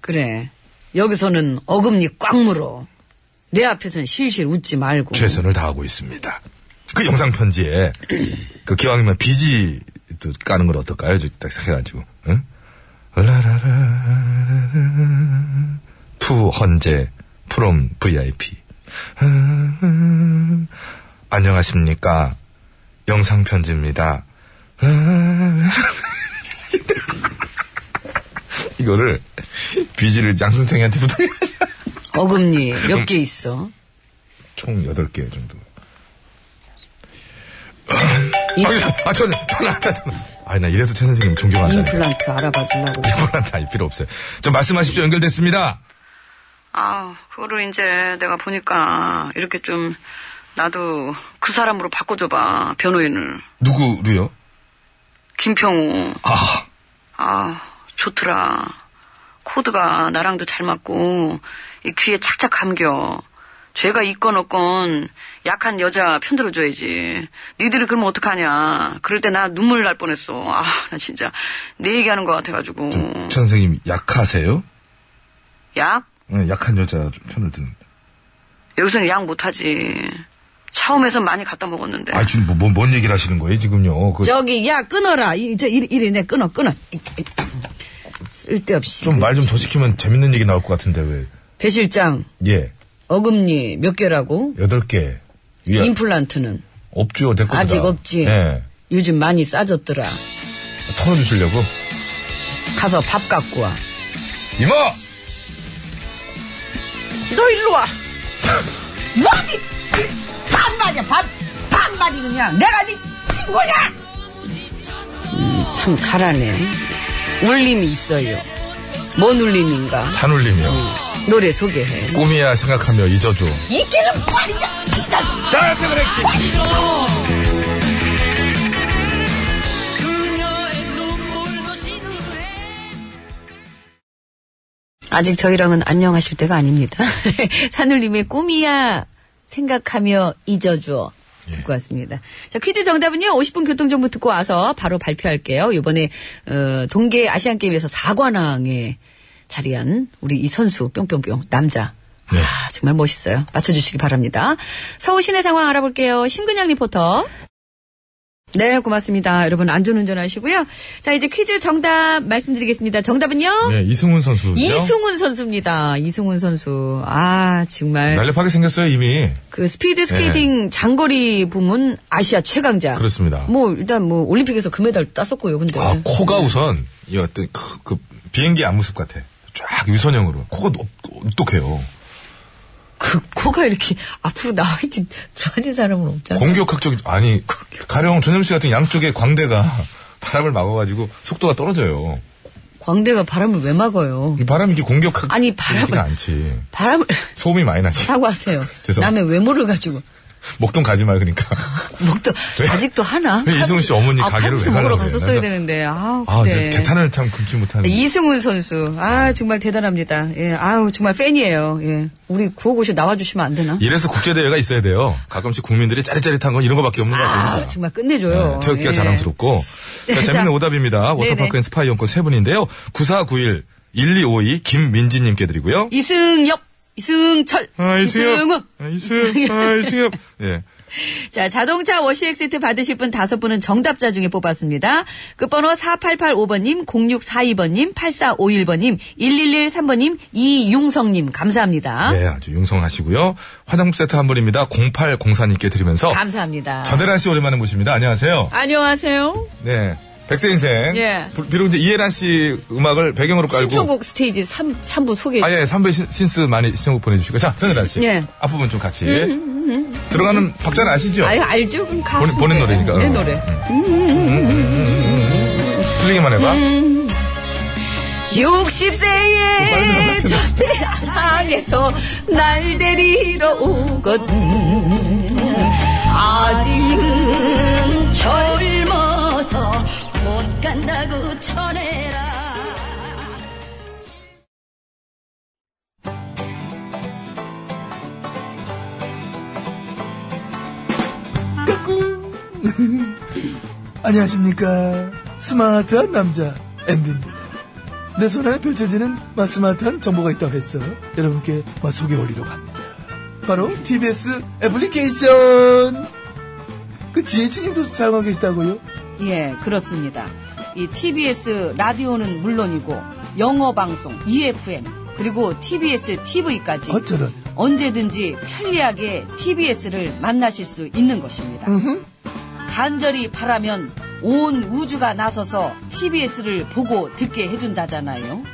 S2: 그래. 여기서는 어금니 꽉 물어. 내 앞에선 실실 웃지 말고.
S1: 최선을 다하고 있습니다. 그 영상 편지에 그 기왕이면 비지 또 까는 건 어떨까요? 저딱 생각해가지고 응? 라라라라라 투 헌재 프롬 VIP 안녕하십니까 영상 편지입니다. 이거를 비지를 양승창이한테 부탁해
S2: 어금니 몇 개 있어?
S1: 총 8개 정도.
S2: 인,
S1: 아니, 아, 저, 저는 아까 전. 아니, 나 이래서 최 선생님 존경한다.
S2: 임플란트 알아봐 주려고.
S1: 이분한테 알 필요 없어요. 좀 말씀하십시오. 연결됐습니다.
S2: 아, 그거를 이제 내가 보니까 이렇게 좀 나도 그 사람으로 바꿔줘봐. 변호인을.
S1: 누구로요?
S2: 김평우.
S1: 아,
S2: 아, 좋더라. 코드가 나랑도 잘 맞고, 이 귀에 착착 감겨. 죄가 있건 없건 약한 여자 편들어줘야지. 니들이 그러면 어떡하냐. 그럴 때 나 눈물 날 뻔했어. 아, 나 진짜 내 얘기하는 것 같아가지고.
S1: 좀, 최 선생님 약하세요?
S2: 약?
S1: 네, 약한 여자 편을 드는.
S2: 여기서는 약 못하지. 처음에선 많이 갖다 먹었는데.
S1: 아, 지금 뭐, 뭐, 뭔 얘기를 하시는 거예요, 지금요? 그,
S2: 저기, 야, 끊어라. 이, 저, 이리, 이리, 내 끊어, 끊어. 쓸데없이.
S1: 좀 말 좀 더 시키면 재밌는 얘기 나올 것 같은데, 왜.
S2: 배 실장,
S1: 예,
S2: 어금니 몇 개라고?
S1: 8개. 위아,
S2: 임플란트는?
S1: 없죠, 됐고.
S2: 아직 없지.
S1: 예.
S2: 요즘 많이 싸졌더라.
S1: 털어주시려고.
S2: 가서 밥 갖고 와.
S1: 이모!
S2: 너 일로 와. <laughs> 뭐 너니 반말이야 반 반말이 그냥 내가 네 친구냐? 음, 참 잘하네. 울림이 있어요. 뭔 울림인가? 음.
S1: 산울림이요.
S2: 노래 소개해.
S1: 꿈이야 생각하며 잊어줘.
S2: 이 길은 빨리자, 빨리자.
S1: 나한테 그랬지.
S2: 아직 저희랑은 안녕하실 때가 아닙니다. <laughs> 산울님의 꿈이야 생각하며 잊어줘. 듣고 왔습니다. 자, 퀴즈 정답은요, 50분 교통정보 듣고 와서 바로 발표할게요. 요번에, 어, 동계 아시안게임에서 4관왕에 자리한 우리 이 선수, 뿅뿅뿅, 남자.
S1: 네.
S2: 아, 정말 멋있어요. 맞춰주시기 바랍니다. 서울 시내 상황 알아볼게요. 심근양 리포터. 네, 고맙습니다. 여러분, 안전운전 하시고요. 자, 이제 퀴즈 정답 말씀드리겠습니다. 정답은요?
S1: 네, 이승훈 선수죠.
S2: 이승훈 선수입니다. 이승훈 선수. 아, 정말.
S1: 날렵하게 생겼어요, 이미.
S2: 그 스피드 스케이팅 장거리 부문 아시아 최강자.
S1: 그렇습니다.
S2: 뭐, 일단 뭐, 올림픽에서 금메달 따섰고요, 근데.
S1: 아, 코가 우선, 이 어떤, 그, 그 비행기 앞모습 같아. 쫙 유선형으로. 코가 높, 똑해요.
S2: 그, 코가 이렇게 앞으로 나와있지, 좋아하는 사람은 없잖아.
S1: 공격학적이, 아니, 가령 전염씨 같은 양쪽에 광대가 바람을 막아가지고 속도가 떨어져요.
S2: 광대가 바람을 왜 막아요?
S1: 이 바람이 이렇게 공격학,
S2: 아니, 바람을-
S1: 적이지가 않지.
S2: 바람을 <laughs>
S1: 소음이 많이 나지.
S2: 사과하세요.
S1: <laughs> 죄송합니다.
S2: 남의 외모를 가지고.
S1: 목동 가지 말, 그러니까.
S2: 목도,
S1: 왜-
S2: 아직도 하나?
S1: 왜 이승훈 씨 어머니 가게를 왜
S2: 아, 팔국수 먹으러
S1: 가려고 그래요? 그래서-
S2: 갔었어야 되는데. 아,
S1: 아,
S2: 그래.
S1: 이제 개탄을 참 금치 못하는.
S2: 네, 이승훈 선수. 아, 정말 대단합니다. 예, 아우, 정말 팬이에요. 예. 우리 구호고시 나와주시면 안 되나?
S1: 이래서 국제대회가 있어야 돼요. 가끔씩 국민들이 짜릿짜릿한 건 이런 것밖에 없는 것 같아요.
S2: 아,
S1: 진짜.
S2: 정말 끝내줘요.
S1: 네, 태극기가
S2: 예.
S1: 자랑스럽고. 자,
S2: 네,
S1: 재밌는
S2: 자.
S1: 오답입니다.
S2: 네네.
S1: 워터파크 앤 스파 이용권 세 분인데요. 9491 1252 김민지님께 드리고요.
S2: 이승엽, 아, 이승철, 이승훈.
S1: 아, 이승엽. 아, 이승엽. 예.
S2: 자, 자동차 워시액 세트 받으실 분 다섯 분은 정답자 중에 뽑았습니다. 끝번호 4885번님, 0642번님, 8451번님, 1113번님, 이융성님. 감사합니다.
S1: 네, 아주 융성하시고요. 화장품 세트 한 분입니다. 0804님께 드리면서.
S2: 감사합니다.
S1: 전대란 씨 오랜만에 모십니다. 안녕하세요.
S2: 안녕하세요.
S1: 네. 백세 인생.
S2: 예.
S1: 비- 비록 이제 이해란 씨 음악을 배경으로 깔고.
S2: 신청곡 스테이지 3, 삼부 소개.
S1: 아, 예, 선배 신- 신스 많이 신청곡 보내주시고. 자, 전대란 씨.
S2: 예.
S1: 앞부분 좀 같이. 들어가는 박자는 아시죠?
S2: 아유, 알죠? 그럼 가수.
S1: 보는, 보는 노래니까.
S2: 내
S1: 어.
S2: 노래.
S1: 들리기만 해봐.
S2: 음. 60세의 저 세상에서 날 데리러 오거든 아직은 젊어서 못 간다고 전해라
S5: 안녕하십니까. 스마트한 남자, 엠비입니다. 내 손안에 펼쳐지는 막 스마트한 정보가 있다고 해서 여러분께 막 소개 올리려고 합니다. 바로 TBS 애플리케이션! 그 지혜진님도 사용하고 계시다고요?
S2: 예 그렇습니다 이 TBS 라디오는 물론이고 영어 방송 EFM 그리고 TBS TV까지
S5: 어쩌면
S2: 언제든지 편리하게 TBS를 만나실 수 있는 것입니다. 간절히 바라면 온 우주가 나서서 TBS를 보고 듣게 해준다잖아요.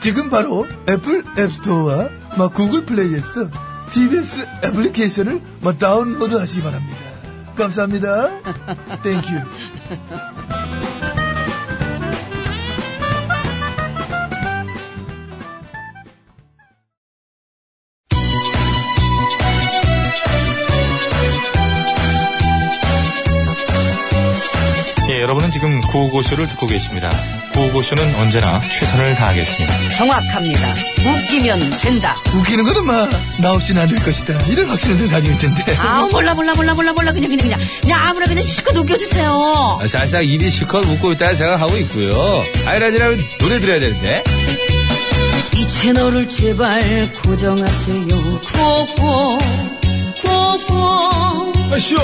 S5: 지금 바로 애플 앱스토어와 막 구글 플레이에서 TBS 애플리케이션을 막 다운로드 하시기 바랍니다. 감사합니다. 땡큐.
S1: 예, 여러분은 지금 구호고쇼를 듣고 계십니다. 구호고쇼는 언제나 최선을 다하겠습니다.
S2: 정확합니다. 웃기면 된다.
S5: 웃기는 거는 막 나 없이는 안 될 것이다. 이런 확신을 가지고 있던데.
S2: 아 몰라 몰라 몰라 몰라 몰라 그냥 그냥 그냥 그냥 아무나 그냥 실컷 웃겨주세요.
S6: 아, 살짝 입이 실컷 웃고 있다는 생각하고 있고요. 아이라지라면 노래 들어야 되는데.
S2: 이 채널을 제발 고정하세요. 구호구호 구호구호
S6: 아, 쉬워.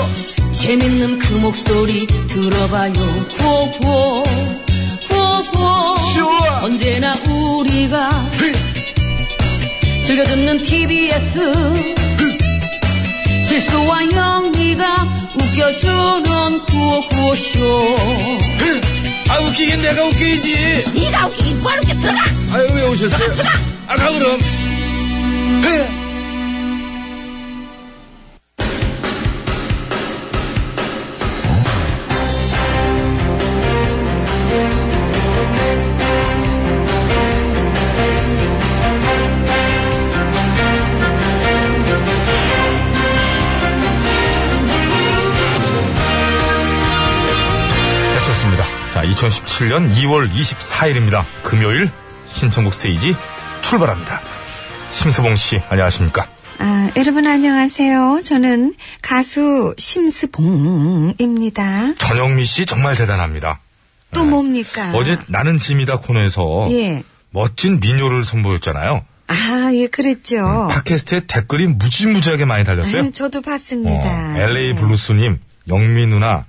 S2: 재밌는 그 목소리 들어봐요 구호구호 구호구호
S6: 쉬워.
S2: 언제나 우리가 즐겨듣는 TBS 실수와 영리가 웃겨주는 구호구호쇼
S6: 아, 웃기긴 내가 웃기지.
S2: 네가 웃기긴 바로 웃겨 들어가
S6: 아유, 왜 오셨어요? 아, 가, 그럼.
S1: 자, 2017년 2월 24일입니다. 금요일 신청곡 스테이지 출발합니다. 심수봉 씨, 안녕하십니까?
S7: 아, 여러분 안녕하세요. 저는 가수 심스봉입니다.
S1: 전영미 씨 정말 대단합니다.
S7: 또 뭡니까?
S1: 아, 어제 나는 짐이다 코너에서
S7: 아. 예.
S1: 멋진 민요를 선보였잖아요.
S7: 아, 예,
S1: 음,
S7: 그랬죠.
S1: 팟캐스트에 댓글이 무지무지하게 많이 달렸어요.
S7: 아유, 저도 봤습니다. 예. 네.
S1: 어, LA 블루스님, 영미 누나,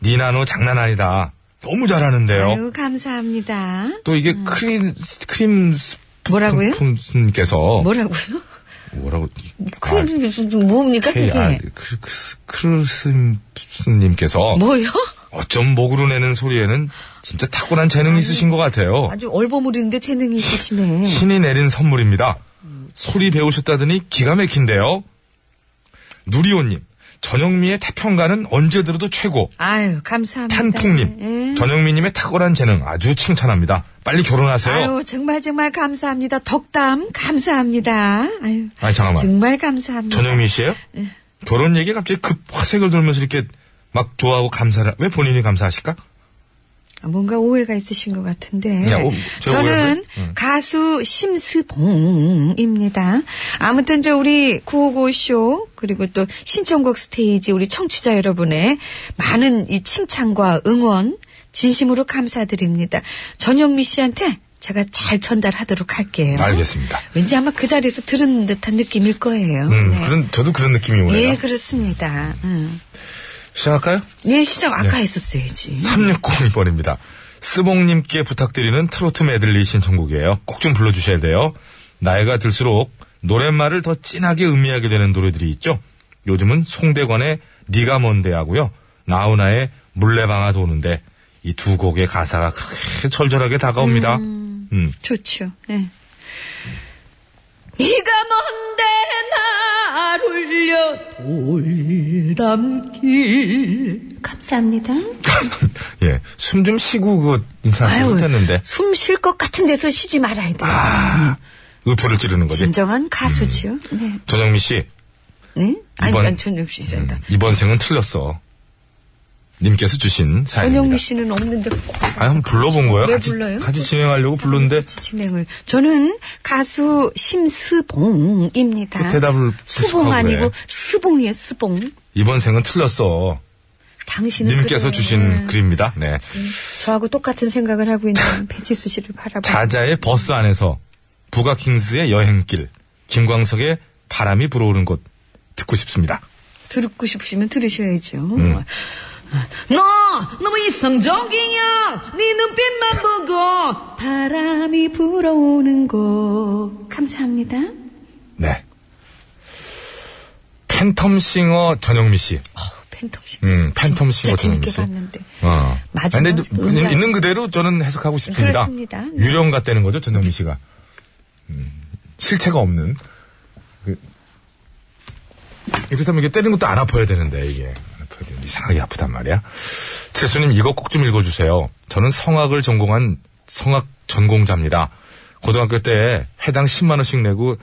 S1: 니나노 장난 아니다. 너무 잘하는데요.
S7: 아유, 감사합니다.
S1: 또 이게 크림, 크림 스-
S7: 뭐라고요?
S1: 품품님께서
S7: 뭐라고요?
S1: 뭐라고 아,
S7: 크림 무슨 뭡니까 그게?
S1: 크루스님께서
S7: 뭐요?
S1: 어쩜 목으로 내는 소리에는 진짜 탁월한 재능이 있으신 것 같아요.
S7: 아주 얼버무리는데 재능이 있으시네.
S1: 신이 내린 선물입니다.
S7: 음.
S1: 소리 배우셨다더니 기가 막힌데요. 누리호님, 전영미의 태평가는 언제 들어도 최고.
S7: 아유, 감사합니다.
S1: 탄풍님,
S7: 예.
S1: 전영미님의 탁월한 재능 아주 칭찬합니다. 빨리 결혼하세요.
S7: 아유, 정말 정말 감사합니다. 덕담 감사합니다. 아유,
S1: 아니 잠깐만,
S7: 정말 감사합니다.
S1: 전영미 씨예요? 결혼 얘기 갑자기 급 화색을 돌면서 이렇게 막 좋아하고 감사를 왜 본인이 감사하실까?
S7: 아, 뭔가 오해가 있으신 것 같은데.
S1: 야, 네, 오, 제가 음. 오해한 거예요?
S7: 저는
S1: 응.
S7: 가수 심스봉입니다. 아무튼 저 우리 구호고쇼 그리고 또 신청곡 스테이지 우리 청취자 여러분의 많은 이 칭찬과 응원 진심으로 감사드립니다. 전영미 씨한테 제가 잘 전달하도록 할게요.
S1: 알겠습니다.
S7: 왠지 아마 그 자리에서 들은 듯한 느낌일 거예요.
S1: 음,
S7: 네.
S1: 그런 저도 그런 느낌이 오네요.
S7: 예, 그렇습니다. 음.
S1: 시작할까요?
S7: 예, 시작
S1: 네.
S7: 아까 했었어야지.
S1: 3602번입니다. 스봉님께 부탁드리는 트로트 메들리 신청곡이에요. 꼭 좀 불러주셔야 돼요. 나이가 들수록 노랫말을 더 진하게 음미하게 되는 노래들이 있죠. 요즘은 송대관의 니가 뭔데 하고요. 나훈아의 물레방아 도는데 이 두 곡의 가사가 그렇게 절절하게 다가옵니다. 음. <laughs>
S7: 좋죠. 예. 네가 뭔데 나를 울려 돌담길 감사합니다.
S1: 예. 숨 좀 쉬고 그 인사하지 못했는데
S7: 숨 쉴 것 같은 데서 쉬지 말아야 돼요.
S1: 네. 의표를 찌르는 거지.
S7: 진정한 가수지요. 네.
S1: 전영미 씨
S7: 네?
S1: 음.
S7: 아니,
S1: 이번-
S7: 난 전영미
S1: 음,
S7: 씨 있었다.
S1: 이번 생은 틀렸어. 님께서 주신 사연입니다.
S7: 전영미 씨는 없는데
S1: 아, 한번 불러본 거예요?
S7: 왜
S1: 같이,
S7: 불러요?
S1: 같이 진행하려고 불렀는데
S7: 같이 진행을 저는 가수 심스봉입니다.
S1: 그 대답을
S7: 스봉
S1: 부족하고 네.
S7: 아니고
S1: 그래.
S7: 스봉이에요. 스봉.
S1: 이번 생은 틀렸어.
S7: 당신은 음.
S1: 님께서
S7: 그래요.
S1: 주신 글입니다. 네.
S7: 저하고 똑같은 생각을 하고 있는 배치수 씨를 바라봐.
S1: 자자의 버스 안에서 부가킹스의 여행길, 김광석의 바람이 불어오는 곳 듣고 싶습니다.
S7: 듣고 싶으시면 들으셔야죠.
S1: 음.
S7: 어. 너 너무 이성적이야. 네 눈빛만 보고 바람이 불어오는 곳. 감사합니다.
S1: 네. 팬텀싱어 전영미 씨.
S7: 팬텀 씨.
S1: 음, 팬텀싱어
S7: 진짜
S1: 전영미
S7: 재밌게
S1: 씨.
S7: 봤는데.
S1: 어.
S7: 마지막
S1: 근데 이제
S7: 음악.
S1: 있는- 있는 그대로 저는 해석하고 싶습니다.
S7: 그렇습니다. 네.
S1: 유령 같다는 거죠, 전영미 씨가. 음, 실체가 없는. 그, 이렇다면 이게 때리는 것도 안 아파야 되는데, 이게. 안 아파야 되는데, 이상하게 아프단 말이야. 채수님, 이거 꼭 좀 읽어주세요. 저는 성악을 전공한 성악 전공자입니다. 고등학교 때 해당 10만원씩 내고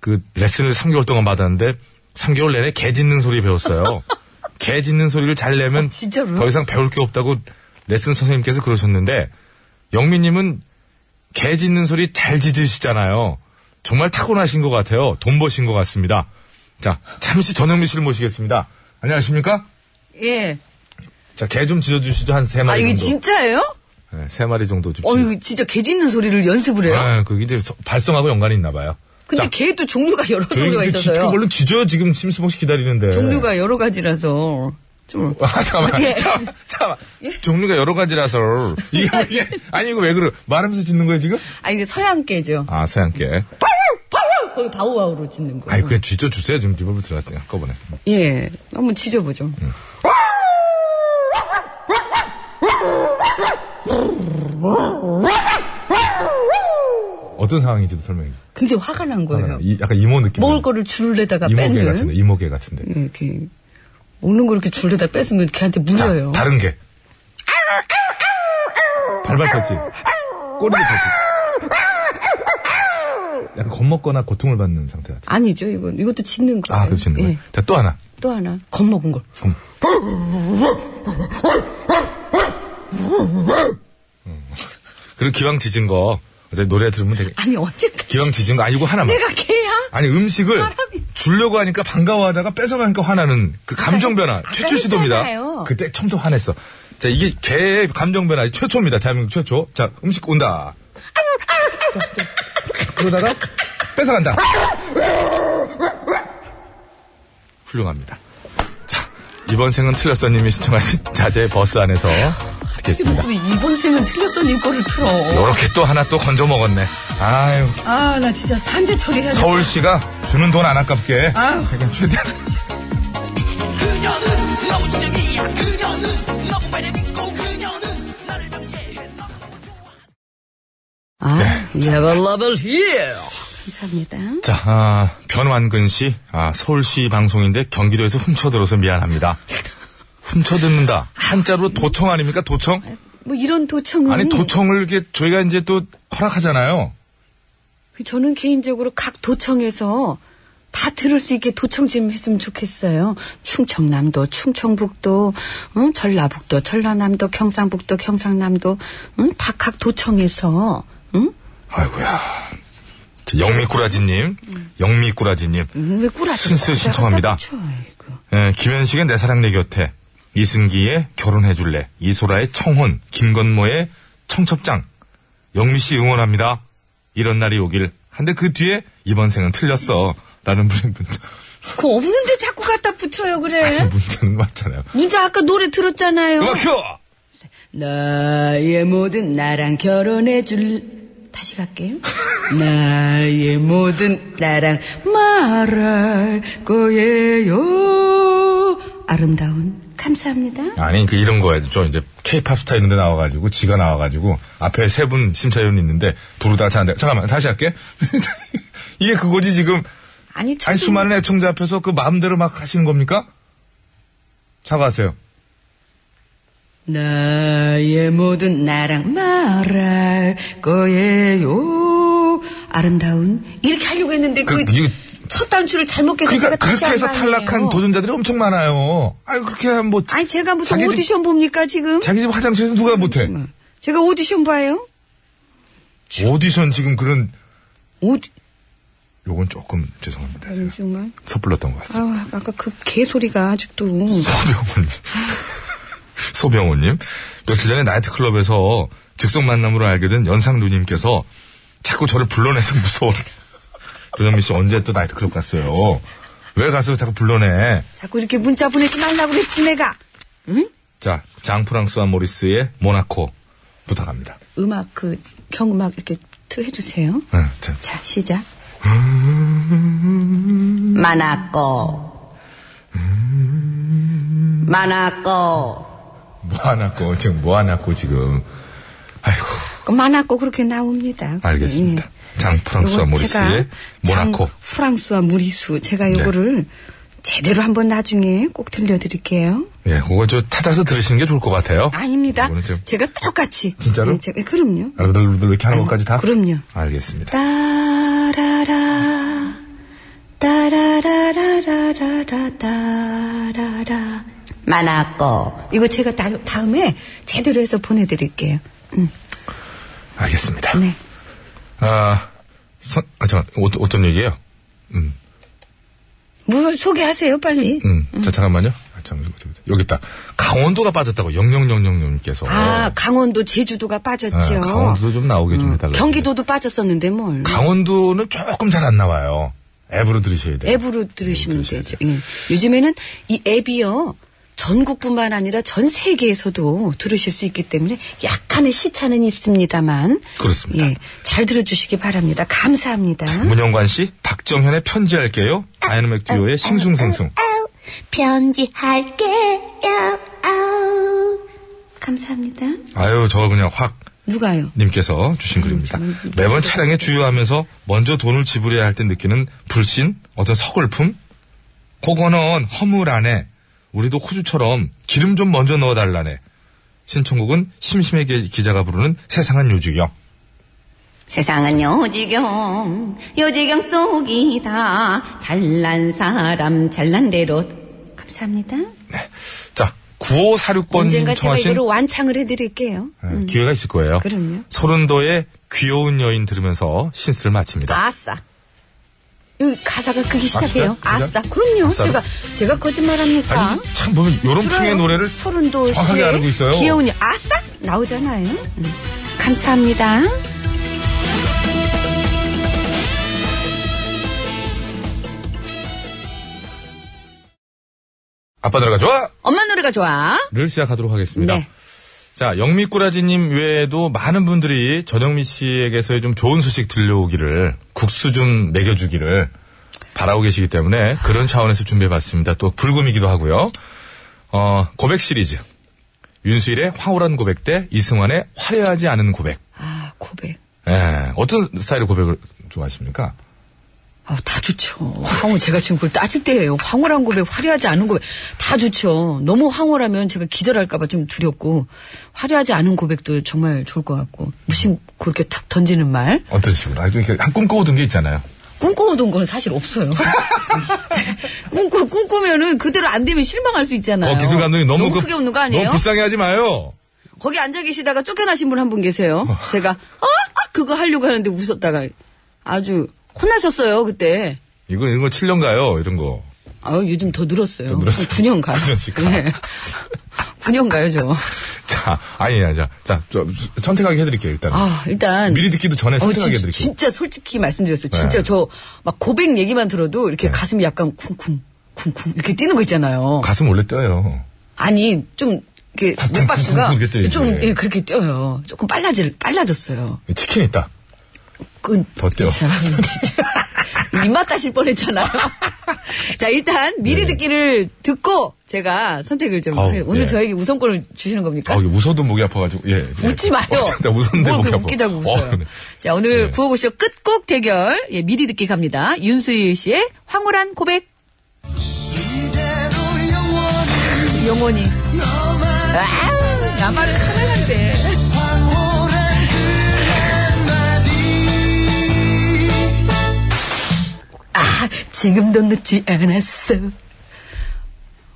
S1: 그 레슨을 3개월 동안 받았는데 3개월 내내 개 짖는 소리
S7: <laughs>
S1: 배웠어요. 개 짖는 소리를 잘 내면
S7: 아, 진짜로요?
S1: 더 이상 배울 게 없다고 레슨 선생님께서 그러셨는데 영민님은 개 짖는 소리 잘 짖으시잖아요. 정말 타고나신 것 같아요. 돈 버신 것 같습니다. 자, 잠시 전영민 씨를 모시겠습니다. 안녕하십니까?
S7: 예.
S1: 자, 개 좀 짖어주시죠. 한 세
S7: 아
S1: 마리
S7: 이게
S1: 정도.
S7: 진짜예요?
S1: 네, 세 마리 정도 좀.
S7: 어
S1: 짖-
S7: 이거 진짜 개 짖는 소리를 연습을 해요.
S1: 아, 그게 이제 서- 발성하고 연관이 있나 봐요.
S7: 근데
S1: 자,
S7: 개도 종류가 여러
S1: 저희
S7: 종류가
S1: 그 짖-
S7: 있어서요.
S1: 얼른 짖어요. 지금 심수봉 씨 기다리는데.
S7: 종류가 여러 가지라서 좀
S1: <laughs> 아, 잠깐만,
S7: 예.
S1: 잠깐만, 잠깐만. 종류가 여러
S7: <laughs>
S1: 가지라서. 이게, 이게, 아니, 이거 왜 그래? 말하면서 짖는 거야, 지금?
S7: 아 이게 서양 개죠.
S1: 아, 서양께.
S7: 거기 바오바오로 짖는 거.
S1: 아이, 그냥 쥐져주세요. 지금 리버브 들어왔어요. 한꺼번에.
S7: 예. 한번 짖어보죠.
S1: 어떤 상황인지도 설명해.
S7: 굉장히 화가 난 거예요.
S1: 이, 약간 이모 느낌.
S7: 먹을 거를 줄에다가
S1: 이모개 같은데,
S7: 뺀는
S1: 이모개 같은데.
S7: 예, 이렇게 먹는 거 이렇게 줄에다 뺐으면 걔한테 물려요.
S1: 다른 개. 발발 펴지. 꼬리를 펴지. 약간 겁먹거나 고통을 받는 상태 같아.
S7: 아니죠, 이건 이것도 짖는 거예요.
S1: 아, 그렇지. 예.
S7: 예.
S1: 자, 또 하나.
S7: 또 하나 겁먹은 걸.
S1: 음. 그리고 기왕 짖은 거 어차피 노래 들으면 되게
S7: 아니 언제까지 <laughs>
S1: 기왕 짖은 거 아니고 하나만.
S7: 내가 개야?
S1: 아니 음식을
S7: 사람이- 그러니까
S1: 주려고 하니까 반가워하다가 뺏어가니까 화나는 그 감정 변화 최초 시도입니다.
S7: 했잖아요.
S1: 그때 처음부터 화냈어. 자 이게 개의 감정 변화 최초입니다. 대한민국 최초. 자 음식 온다. 자, 자, 그러다가 뺏어간다. 훌륭합니다. 자 이번 생은 틀렸어님이 신청하신 자제 버스 안에서 듣겠습니다.
S7: 또 아, 이번 생은 틀렸어 님 거를 틀어.
S1: 요렇게 또 하나 또 건져 먹었네. 아유
S7: 아 나 진짜 산재 처리해야
S1: 네.
S7: 돼.
S1: 서울시가 주는 돈 안 아깝게.
S7: 아유.
S1: 약간 최대한
S8: 그녀는 너무 주적이야 그녀는 너무 매력있고 그녀는 나를 방해해 너무
S7: 아, never level here. 감사합니다.
S1: 자, 아, 변완근 씨, 아, 서울시 방송인데 경기도에서 훔쳐들어서 미안합니다. 훔쳐듣는다. 한자로 도청 아닙니까? 도청?
S7: 뭐 이런 도청은
S1: 아니, 도청을 이게 저희가 이제 또 허락하잖아요.
S7: 그 저는 개인적으로 각 도청에서 다 들을 수 있게 도청 좀 했으면 좋겠어요. 충청남도, 충청북도, 응? 전라북도, 전라남도, 경상북도, 경상남도, 응? 다 각 도청에서 응?
S1: 아이고야. 저 영미꾸라지님, 영미꾸라지님.
S7: 응, 왜 꾸라지?
S1: 신스 신청합니다. 예, 김현식의 내 사랑 내 곁에, 이승기의 결혼해줄래, 이소라의 청혼, 김건모의 청첩장, 영미 씨 응원합니다. 이런 날이 오길. 한데 그 뒤에 이번 생은 틀렸어. 라는 분이 문자,
S7: 그 없는데 자꾸 갖다 붙여요 그래.
S1: 문자는 맞잖아요.
S7: 문자 아까 노래 들었잖아요.
S1: 음악 큐!
S7: 나의 모든 나랑 결혼해 줄 다시 갈게요. 나의 모든 나랑 말할 거예요. 아름다운 감사합니다.
S1: 아니, 그 이런 거예요. 저 이제 케이팝 스타 이런 데 나와가지고, 지가 나와가지고, 앞에 세 분 심사위원이 있는데, 부르다가 자는데, 잠깐만, 다시 할게. <laughs> 이게 그거지, 지금.
S7: 아니,
S1: 아니, 수많은 애청자 앞에서 그 마음대로 막 하시는 겁니까? 사과하세요.
S7: 나의 모든 나랑 말할 거예요. 아름다운 이렇게 하려고 했는데
S1: 그,
S7: 그,
S1: 이거-
S7: 첫 단추를 잘못 껴서
S1: 그러니까
S7: 제가 다시
S1: 그렇게
S7: 한거
S1: 해서
S7: 아니에요.
S1: 탈락한 도전자들이 엄청 많아요. 아니, 그렇게 하면 뭐.
S7: 아니 제가 무슨
S1: 자기 집-
S7: 오디션 봅니까 지금?
S1: 자기 집 화장실에서 누가 못해?
S7: 제가 오디션 봐요?
S1: 오디션 지금 그런,
S7: 오디
S1: 요건 조금 죄송합니다. 제가
S7: 잠시만.
S1: 섣불렀던 것 같습니다.
S7: 아, 아까 그 개소리가 아직도.
S1: 소병호님. 소병호님. 며칠 전에 나이트클럽에서 즉석 만남으로 알게 된 연상 누님께서 자꾸 저를 불러내서 무서워. 조정민 씨 언제 또 나이트클럽 갔어요? 왜 가서 자꾸 불러내?
S7: 자꾸 이렇게 문자 보내지 말라고 그랬지, 내가.
S1: 자, 장프랑스와 모리스의 모나코 부탁합니다.
S7: 음악, 그, 경음악 이렇게 틀 해주세요.
S1: 응, 자.
S7: 자, 시작. 마나코. 마나코.
S1: 뭐 하나고, 지금 뭐 하나고, 지금. 아이고,
S7: 그 마나코 그렇게 나옵니다. 예.
S1: 알겠습니다. 장프랑스와
S7: 요거
S1: 모리스의
S7: 음. 제가
S1: 모나코. 네.
S7: 장 프랑스와 무리수. 제가 요거를 제대로 한번 나중에 꼭 들려드릴게요.
S1: 예, 그거 저 찾아서 들으시는 게 좋을 것 같아요.
S7: 아닙니다.
S1: 이거는 좀-
S7: 제가 똑같이.
S1: 진짜로?
S7: 예, 제가- 그럼요.
S1: 알들들들 이렇게 하는 것까지 다?
S7: 그럼요.
S1: 알겠습니다.
S7: 따라라 따라라라라라라 따라라 만화꺼 이거 제가 다, 다음에 제대로 해서 보내드릴게요.
S1: 알겠습니다.
S7: 네.
S1: 아, 선, 아, 잠깐, 어, 어떤 얘기예요? 음,
S7: 뭘 소개하세요 빨리.
S1: 음, 자, 잠깐만요. 아, 잠깐만, 여기 있다. 강원도가 빠졌다고, 0000님께서.
S7: 아 강원도 제주도가 빠졌죠.
S1: 아,
S7: 음,
S1: 강원도도 좀 나오게 좀 해달라고.
S7: 경기도도 빠졌었는데 뭘.
S1: 강원도는 조금 잘 안 나와요. 앱으로 들으셔야 돼요.
S7: 앱으로 들으시면
S1: 들으셔야
S7: 되죠. 예. 요즘에는 이 앱이요. 전국뿐만 아니라 전 세계에서도 들으실 수 있기 때문에 약간의 시차는 있습니다만.
S1: 그렇습니다.
S7: 예. 잘 들어주시기 바랍니다. 감사합니다.
S1: 문영관 씨, 박정현의 편지할게요. 다이너맥
S7: 아,
S1: 듀오의 싱숭생숭.
S2: 편지할게요. 아우.
S7: 감사합니다.
S1: 아유, 저 그냥 확.
S7: 누가요?
S1: 님께서 주신
S2: 음,
S1: 글입니다. 매번 차량에 주유하면서 먼저 돈을 지불해야 할 때 느끼는 불신, 어떤 서글픔? 그거는 허물 안에 우리도 호주처럼 기름 좀 먼저 넣어달라네. 신청곡은 심심해 기- 기자가 부르는 세상은 요지경.
S2: 세상은 요지경, 요지경 속이다. 잘난 사람, 잘난 대로.
S1: 음,
S7: 감사합니다.
S1: 자, 9546번
S2: 언젠가 제가
S1: 청하신
S2: 이거로 완창을 해드릴게요.
S1: 네, 기회가 있을 거예요.
S2: 그럼요.
S1: 소른도의 귀여운 여인 들으면서 신스를 마칩니다.
S2: 아싸. 여기 가사가 그기 시작해요.
S1: 진짜요?
S2: 아,
S1: 진짜?
S2: 싸 그럼요.
S1: 아싸로?
S2: 제가 제가 거짓말합니까?
S1: 아니, 참 보면 이런 풍의 노래를
S2: 서른도
S1: 정확하게
S2: 씨의
S1: 알고 있어요.
S2: 귀여운 여- 아싸 나오잖아요. 음. 감사합니다.
S1: 아빠 노래가 좋아!
S2: 엄마 노래가 좋아.
S1: 를 시작하도록 하겠습니다.
S2: 네.
S1: 자, 영미꾸라지님 외에도 많은 분들이 전영미 씨에게서의 좀 좋은 소식 들려오기를, 국수 좀 먹여주기를 바라고 계시기 때문에 그런 차원에서 준비해봤습니다. 또 불금이기도 하고요. 어, 고백 시리즈. 윤수일의 황홀한 고백 대 이승환의 화려하지 않은 고백.
S2: 아 고백.
S1: 예, 어떤 스타일의 고백을 좋아하십니까?
S2: 아, 다 좋죠. 황홀, 제가 지금 그걸 따질 때예요. 황홀한 고백, 화려하지 않은 고백. 다 좋죠. 너무 황홀하면 제가 기절할까봐 좀 두렵고, 화려하지 않은 고백도 정말 좋을 것 같고, 무심, 그렇게 툭 던지는 말.
S1: 어떤 식으로? 아, 좀 이렇게 한 꿈꿔오던 게 있잖아요.
S2: 꿈꿔오던 건 사실 없어요. <laughs> 꿈꾸, 꿈꾸면은 그대로 안 되면 실망할 수 있잖아요.
S1: 어, 기술 감독님 너무, 그-
S2: 크게 웃는 거 아니에요?
S1: 너무 불쌍해 하지 마요.
S2: 거기 앉아 계시다가 쫓겨나신 분 한 분 계세요. 제가, 어? 아, 그거 하려고 하는데 웃었다가 아주 혼나셨어요, 그때.
S1: 이거, 이런 거 7년 가요, 이런 거.
S2: 아 요즘 더 늘었어요.
S1: 더 늘었어요.
S2: 9년 가요.
S1: 9년씩 가.
S2: 네. 9년 가요, 저.
S1: 자, 아니, 아니, 자, 자, 저, 선택하게 해드릴게요, 일단.
S2: 아, 일단.
S1: 미리 듣기도 전에
S2: 어,
S1: 선택하게
S2: 진-
S1: 해드릴게요.
S2: 진짜 솔직히 말씀드렸어요.
S1: 네.
S2: 진짜 저 막 고백 얘기만 들어도 이렇게 가슴이 약간 쿵쿵, 쿵쿵 이렇게 뛰는 거 있잖아요.
S1: 가슴 원래 떠요.
S2: 아니, 좀, 이렇게
S1: 쿵쿵,
S2: 맥박수가
S1: 쿵쿵 이렇게
S2: 좀,
S1: 뛰지.
S2: 예, 그렇게 뛰어요. 조금 빨라질, 빨라졌어요.
S1: 치킨 있다.
S2: 그,
S1: 더 뛰어.
S2: 이 사람은
S1: <laughs>
S2: 진짜 입맛 다실 뻔했잖아요. 자, 일단 미리
S1: 네.
S2: 듣기를 듣고 제가 선택을 좀
S1: 아우,
S2: 해요. 오늘
S1: 예.
S2: 저에게 우선권을 주시는 겁니까?
S1: 아, 이게 웃어도 목이 아파가지고, 예. 예.
S2: 웃지 마요.
S1: 어, 진짜 웃었는데
S2: 뭘
S1: 목이
S2: 그렇게
S1: 아파.
S2: 웃기다고 웃어요.
S1: 어, 네.
S2: 자, 오늘
S1: 예.
S2: 구호고쇼 끝곡 대결 예, 미리 듣기 갑니다. 윤수일 씨의 황홀한 고백. 영원히. 아, 나만을 사랑한대. 아, 지금도 늦지 않았어.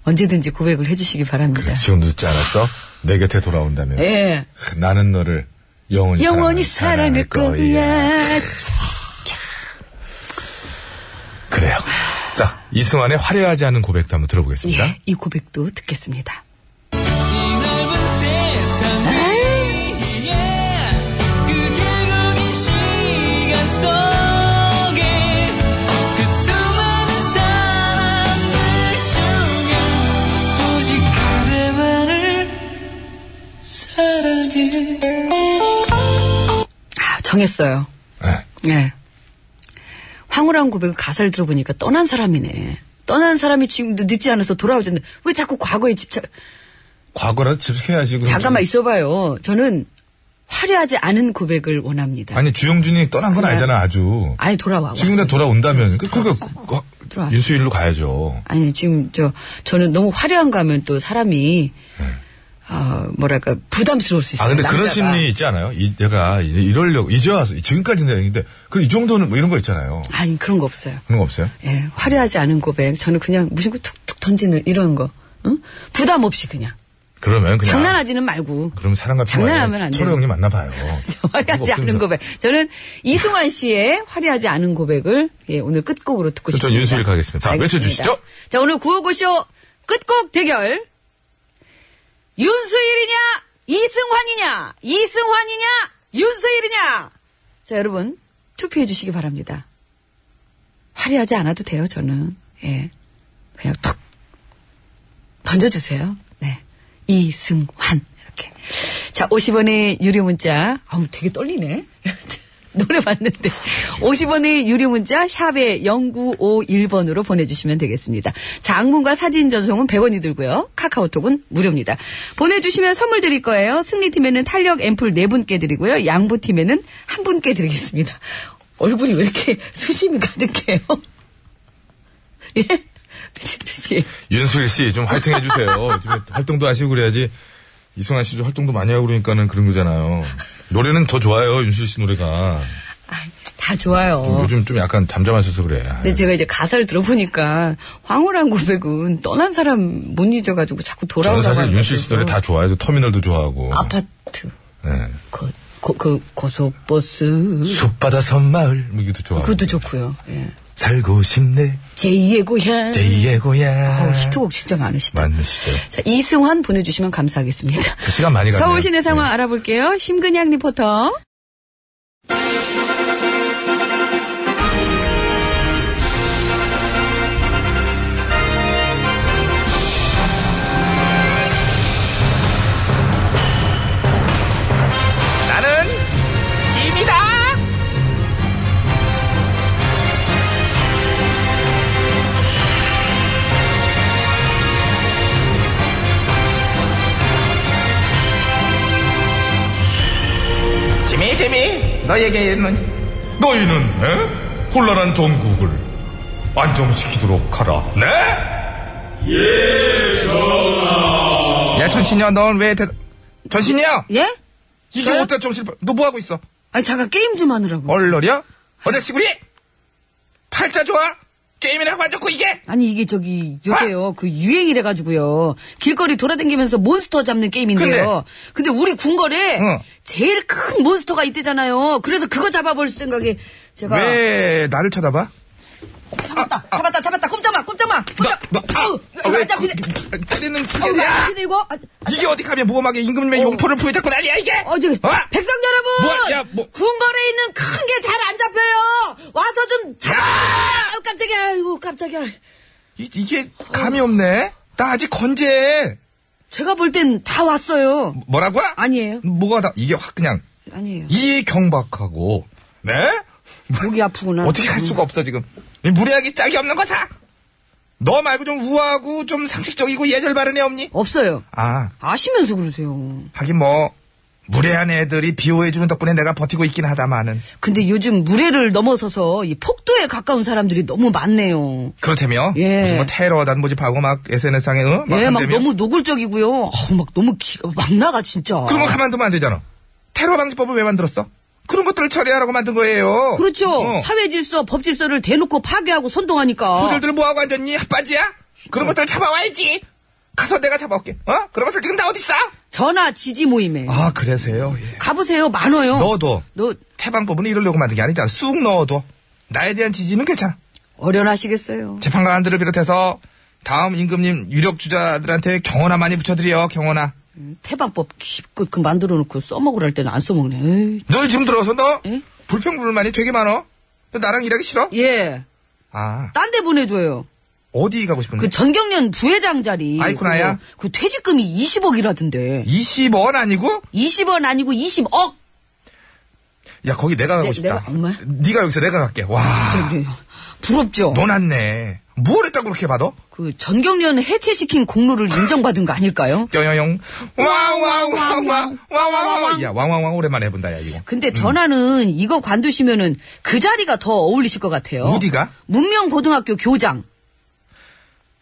S2: 언제든지 고백을 해주시기 바랍니다.
S1: 지금 늦지 않았어? 내 곁에 돌아온다면. 그
S2: 예.
S1: 나는 너를 영원히,
S2: 영원히
S1: 사랑할,
S2: 사랑할 거야.
S1: 그래요. 자, 이승환의 화려하지 않은 고백도 한번 들어보겠습니다.
S2: 예, 이 고백도 듣겠습니다.
S3: 이 넓은 세상 위에 그 길고긴 시간 속에 그 수많은 사람들 중에 오직 그대만을 사랑해
S2: 아, 정했어요.
S1: 예.
S2: 예. 황홀한 고백 가사를 들어보니까 떠난 사람이네. 떠난 사람이 지금도 늦지 않아서 돌아오는데 왜 자꾸 과거에 집착?
S1: 과거라도 집착해야지. 그럼
S2: 잠깐만
S1: 좀-
S2: 있어봐요. 저는 화려하지 않은 고백을 원합니다. 아니,
S1: 아니, 주영준이 떠난 건
S2: 그래.
S1: 알잖아, 아주.
S2: 돌아와.
S1: 지금 나
S2: 왔어요.
S1: 돌아온다면. 그, 그러니까, 그, 그,
S2: 돌아왔어.
S1: 윤수일로 가야죠.
S2: 아니 지금 저 저는 너무 화려한 거 하면 또 사람이 어, 뭐랄까 부담스러울 수 있어요.
S1: 네. 아, 근데 그런
S2: 남자가.
S1: 심리 있지 않아요? 이, 내가 이- 이러려고, 이제 와서, 지금까지는 얘기인데, 그 이 정도는 뭐 이런 거 있잖아요.
S2: 아니 그런 거 없어요.
S1: 그런 거 없어요?
S2: 예, 화려하지 않은 고백. 저는 그냥 무심코 툭툭 던지는 이런 거. 응? 부담 없이 그냥.
S1: 그러면 그냥.
S2: 장난하지는 말고.
S1: 그럼 사랑과
S2: 장난하면 안 돼요.
S1: 초로 형님 만나봐요.
S2: <laughs> 화려하지
S1: 뭐
S2: 않은 고백. 저는 이승환 씨의 화려하지 않은 고백을 예, 오늘 끝곡으로 듣고
S1: 그럼 전
S2: 싶습니다.
S1: 윤수일 가겠습니다. 자,
S2: 알겠습니다.
S1: 외쳐주시죠.
S2: 자, 오늘 구호고쇼 끝곡 대결. 윤수일이냐? 이승환이냐? 이승환이냐? 윤수일이냐? 자, 여러분 투표해 주시기 바랍니다. 화려하지 않아도 돼요, 저는. 예. 그냥 툭 던져주세요. 네. 이승환. 이렇게. 자, 50원의 유료 문자. 아우, 되게 떨리네. <laughs> 노래 봤는데. 50원의 유료 문자, 샵에 0951번으로 보내주시면 되겠습니다. 장문과 사진 전송은 100원이 들고요. 카카오톡은 무료입니다. 보내주시면 선물 드릴 거예요. 승리팀에는 탄력 앰플 4분께 드리고요. 양보팀에는 한 분께 드리겠습니다. 얼굴이 왜 이렇게 <laughs> 수심이 가득해요? 예? 미친듯이.
S1: 윤수일 씨, 좀 화이팅 해주세요. 요즘에 활동도 하시고 그래야지. 이승환 씨도 활동도 많이 하고 그러니까는 그런 거잖아요. 노래는 더 좋아요, 윤수일 씨 노래가.
S2: 아, 다
S7: 다 좋아요.
S2: 요즘 좀 약간 잠잠하셔서 그래.
S7: 근데 제가 이제 가사를 들어보니까 황홀한 고백은 떠난 사람 못 잊어가지고 자꾸
S2: 저는
S7: 돌아오라고
S2: 사실
S7: 하는
S2: 윤수 씨
S7: 거죠.
S2: 노래 다 좋아해요. 터미널도 좋아하고.
S7: 아파트
S1: 네.
S2: 예.
S7: 거, 거, 그 고속버스
S5: 숲바다 섬마을
S2: 뭐 이것도 좋아하고.
S7: 그것도 좋고요. 예.
S5: 살고 싶네
S7: 제2의 고향.
S5: 제2의 고향
S7: 어우, 히트곡 진짜 많으시다.
S2: 맞는 시죠.
S1: 네.
S7: 자, 이승환 보내주시면 감사하겠습니다.
S2: 자, 시간 많이 가네요.
S7: 서울 시내 상황 알아볼게요. 심근양 리포터.
S4: 나는 짐이다. 짐이 짐이 너에게 있는
S2: 너희는 에? 혼란한 전국을 안정시키도록 하라. 네?
S1: 야, 전신이야, 넌 왜, 대... 전신이야!
S7: 예?
S1: 이게
S7: 저요?
S1: 어디다 정신, 너 뭐하고 있어?
S7: 아니, 잠깐 게임 좀 하느라고.
S1: 얼얼이야? 어제시구리? 팔자 좋아? 게임이라고 안 좋고, 이게?
S7: 아니, 이게 저기, 요새요. 그 유행이래가지고요. 길거리 돌아다니면서 몬스터 잡는 게임인데요. 근데, 우리 궁궐에
S1: 응.
S7: 제일 큰 몬스터가 있대잖아요. 그래서 그거 잡아볼 생각에 제가.
S1: 왜 나를 쳐다봐?
S7: 잡았다, 잡았다, 잡았다. 꼼짝마, 꼼짝마. 꼼짝.
S1: 나, 아,
S7: 아우,
S1: 아,
S7: 이거
S1: 왜
S7: 안 어, 잡히네.
S1: 그- 그- 때리는
S7: 아우, 이거 안
S1: 수야
S7: 잡히네, 이거. 아,
S1: 이게 어디 가면 모험하게 임금님의 용포를 부여잡고 난리야, 이게?
S7: 어, 저기,
S1: 어?
S7: 백성 여러분!
S1: 뭐, 야, 뭐.
S7: 궁궐에 있는 큰 게 잘 안 잡혀요! 와서 좀 잡아! 아유, 깜짝이야, 아이고, 깜짝이야.
S1: 이, 이게 감이 없네? 나 아직 건재해.
S7: 제가 볼 땐 다 왔어요.
S1: 뭐라고?
S7: 아니에요.
S1: 뭐가 다, 이게 확 그냥,
S7: 아니에요.
S1: 이 경박하고, 네?
S7: 목이 아프구나.
S1: 어떻게 할 수가 없어, 지금. 이 무례하기 짝이 없는 거사! 너 말고 좀 우아하고 좀 상식적이고 예절 바른 애 없니?
S7: 없어요.
S1: 아,
S7: 아시면서 그러세요.
S1: 하긴 뭐, 무례한 애들이 비호해주는 덕분에 내가 버티고 있긴 하다마는.
S7: 근데 요즘 무례를 넘어서서 이 폭도에 가까운 사람들이 너무 많네요.
S1: 그렇다며?
S7: 예.
S1: 무슨 뭐 테러 난모집하고 막 SNS상에, 응? 막
S7: 예, 막
S1: 한다며?
S7: 너무 노골적이고요. 어우, 막 너무 기가 막 나가, 진짜.
S1: 그러면 가만두면 안 되잖아. 테러 방지법을 왜 만들었어? 그런 것들을 처리하라고 만든 거예요.
S7: 그렇죠.
S1: 어.
S7: 사회 질서, 법 질서를 대놓고 파괴하고 선동하니까.
S1: 부들들 뭐하고 앉았니? 핫바지야? 그런 것들 잡아와야지. 가서 내가 잡아올게. 어? 그런 것들 지금 다 어딨어?
S7: 전화 지지 모임에.
S1: 아, 그래서요. 예.
S7: 가보세요. 많아요.
S1: 넣어둬.
S7: 너
S1: 해방법은 이러려고 만든 게 아니잖아. 쑥 넣어둬. 나에 대한 지지는 괜찮아.
S7: 어련하시겠어요.
S1: 재판관들을 비롯해서 다음 임금님 유력 주자들한테 경호나 많이 붙여드려. 경호나.
S7: 태방법 깊고 그 만들어 놓고 써먹으랄 때는 안 써먹네. 에이.
S1: 너 지금 들어서 너
S7: 예?
S1: 불평불만이 되게 많어. 너 나랑 일하기 싫어?
S7: 예.
S1: 아,
S7: 딴 데 보내줘요.
S1: 어디 가고 싶은데?
S7: 그 전경련 부회장 자리.
S1: 아이쿠나야?
S7: 그거, 그 퇴직금이 20억이라던데.
S1: 20원 아니고?
S7: 20원 아니고 20억!
S1: 야 거기 내가 가고
S7: 네, 내-
S1: 싶다.
S7: 내가- 엄마?
S1: 네가 여기서 내가 갈게. 와,
S7: 부럽죠?
S1: 너 났네. 뭘 했다고 그렇게 받아?
S7: 그 전경련 해체시킨 공로를 인정받은 거 아닐까요?
S1: 뼈여용. 와와와와와와와야 왕왕왕 오랜만에 해본다 야 이거.
S7: 근데 전화는 이거 관두시면은 그 자리가 더 어울리실 것 같아요.
S1: 어디가?
S7: 문명고등학교 교장.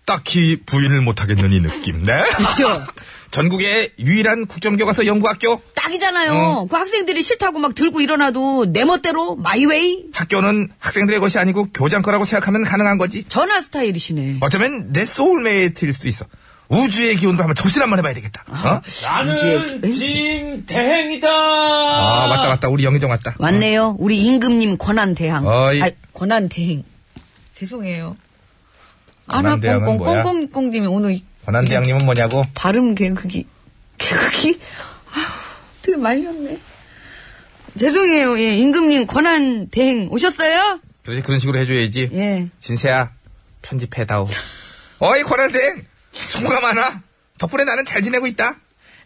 S2: 딱히 부인을 못하겠는 이 느낌. 네?
S7: 그쵸?
S1: <laughs> 전국의 유일한 국정교 과서 연구학교.
S7: 딱이잖아요.
S1: 어.
S7: 그 학생들이 싫다고 막 들고 일어나도 내 멋대로 마이웨이
S1: 학교는 학생들의 것이 아니고 교장 거라고 생각하면 가능한 거지.
S7: 전화 스타일이시네.
S1: 어쩌면 내 소울메이트일 수도 있어. 우주의 기운도 한번 접신 한번 해봐야 되겠다. 어?
S7: 이제- 에이,
S1: 아 맞다 맞다 우리 영희정 왔다.
S7: 왔네요. 우리 임금님 권한 대항.
S1: 어이.
S7: 아, 권한 대행. 죄송해요. 아나
S1: 권한 대항은
S7: 꽁꽁
S1: 뭐야?
S7: 꽁꽁꽁님이 오늘 이
S1: 권한대장님은 뭐냐고?
S7: 발음 개그기 개그기 아휴 되게 말렸네. 죄송해요. 예, 임금님 권한 대행 오셨어요?
S1: 그러지 그런 식으로 해줘야지.
S7: 예.
S1: 진세야 편집해다오 어이 권한대행 수고가 많아 덕분에 나는 잘 지내고 있다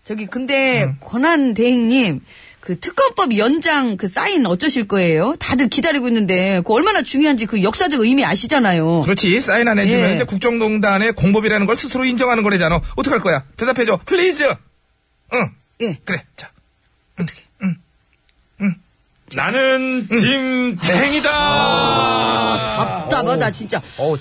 S7: 저기 근데
S1: 음.
S7: 권한 대행님 그 특검법 연장 그 사인 어쩌실 거예요? 다들 기다리고 있는데 그 얼마나 중요한지 그 역사적 의미 아시잖아요.
S1: 그렇지 사인 안 해주면
S7: 예.
S1: 이제 국정농단의 공범이라는 걸 스스로 인정하는 거래잖아 어떡할 거야 대답해줘 플리즈 응
S7: 예.
S1: 그래 자
S4: 나는
S7: 아,
S4: 짐탱이다.
S7: 답답하다 진짜.
S1: 아, 어우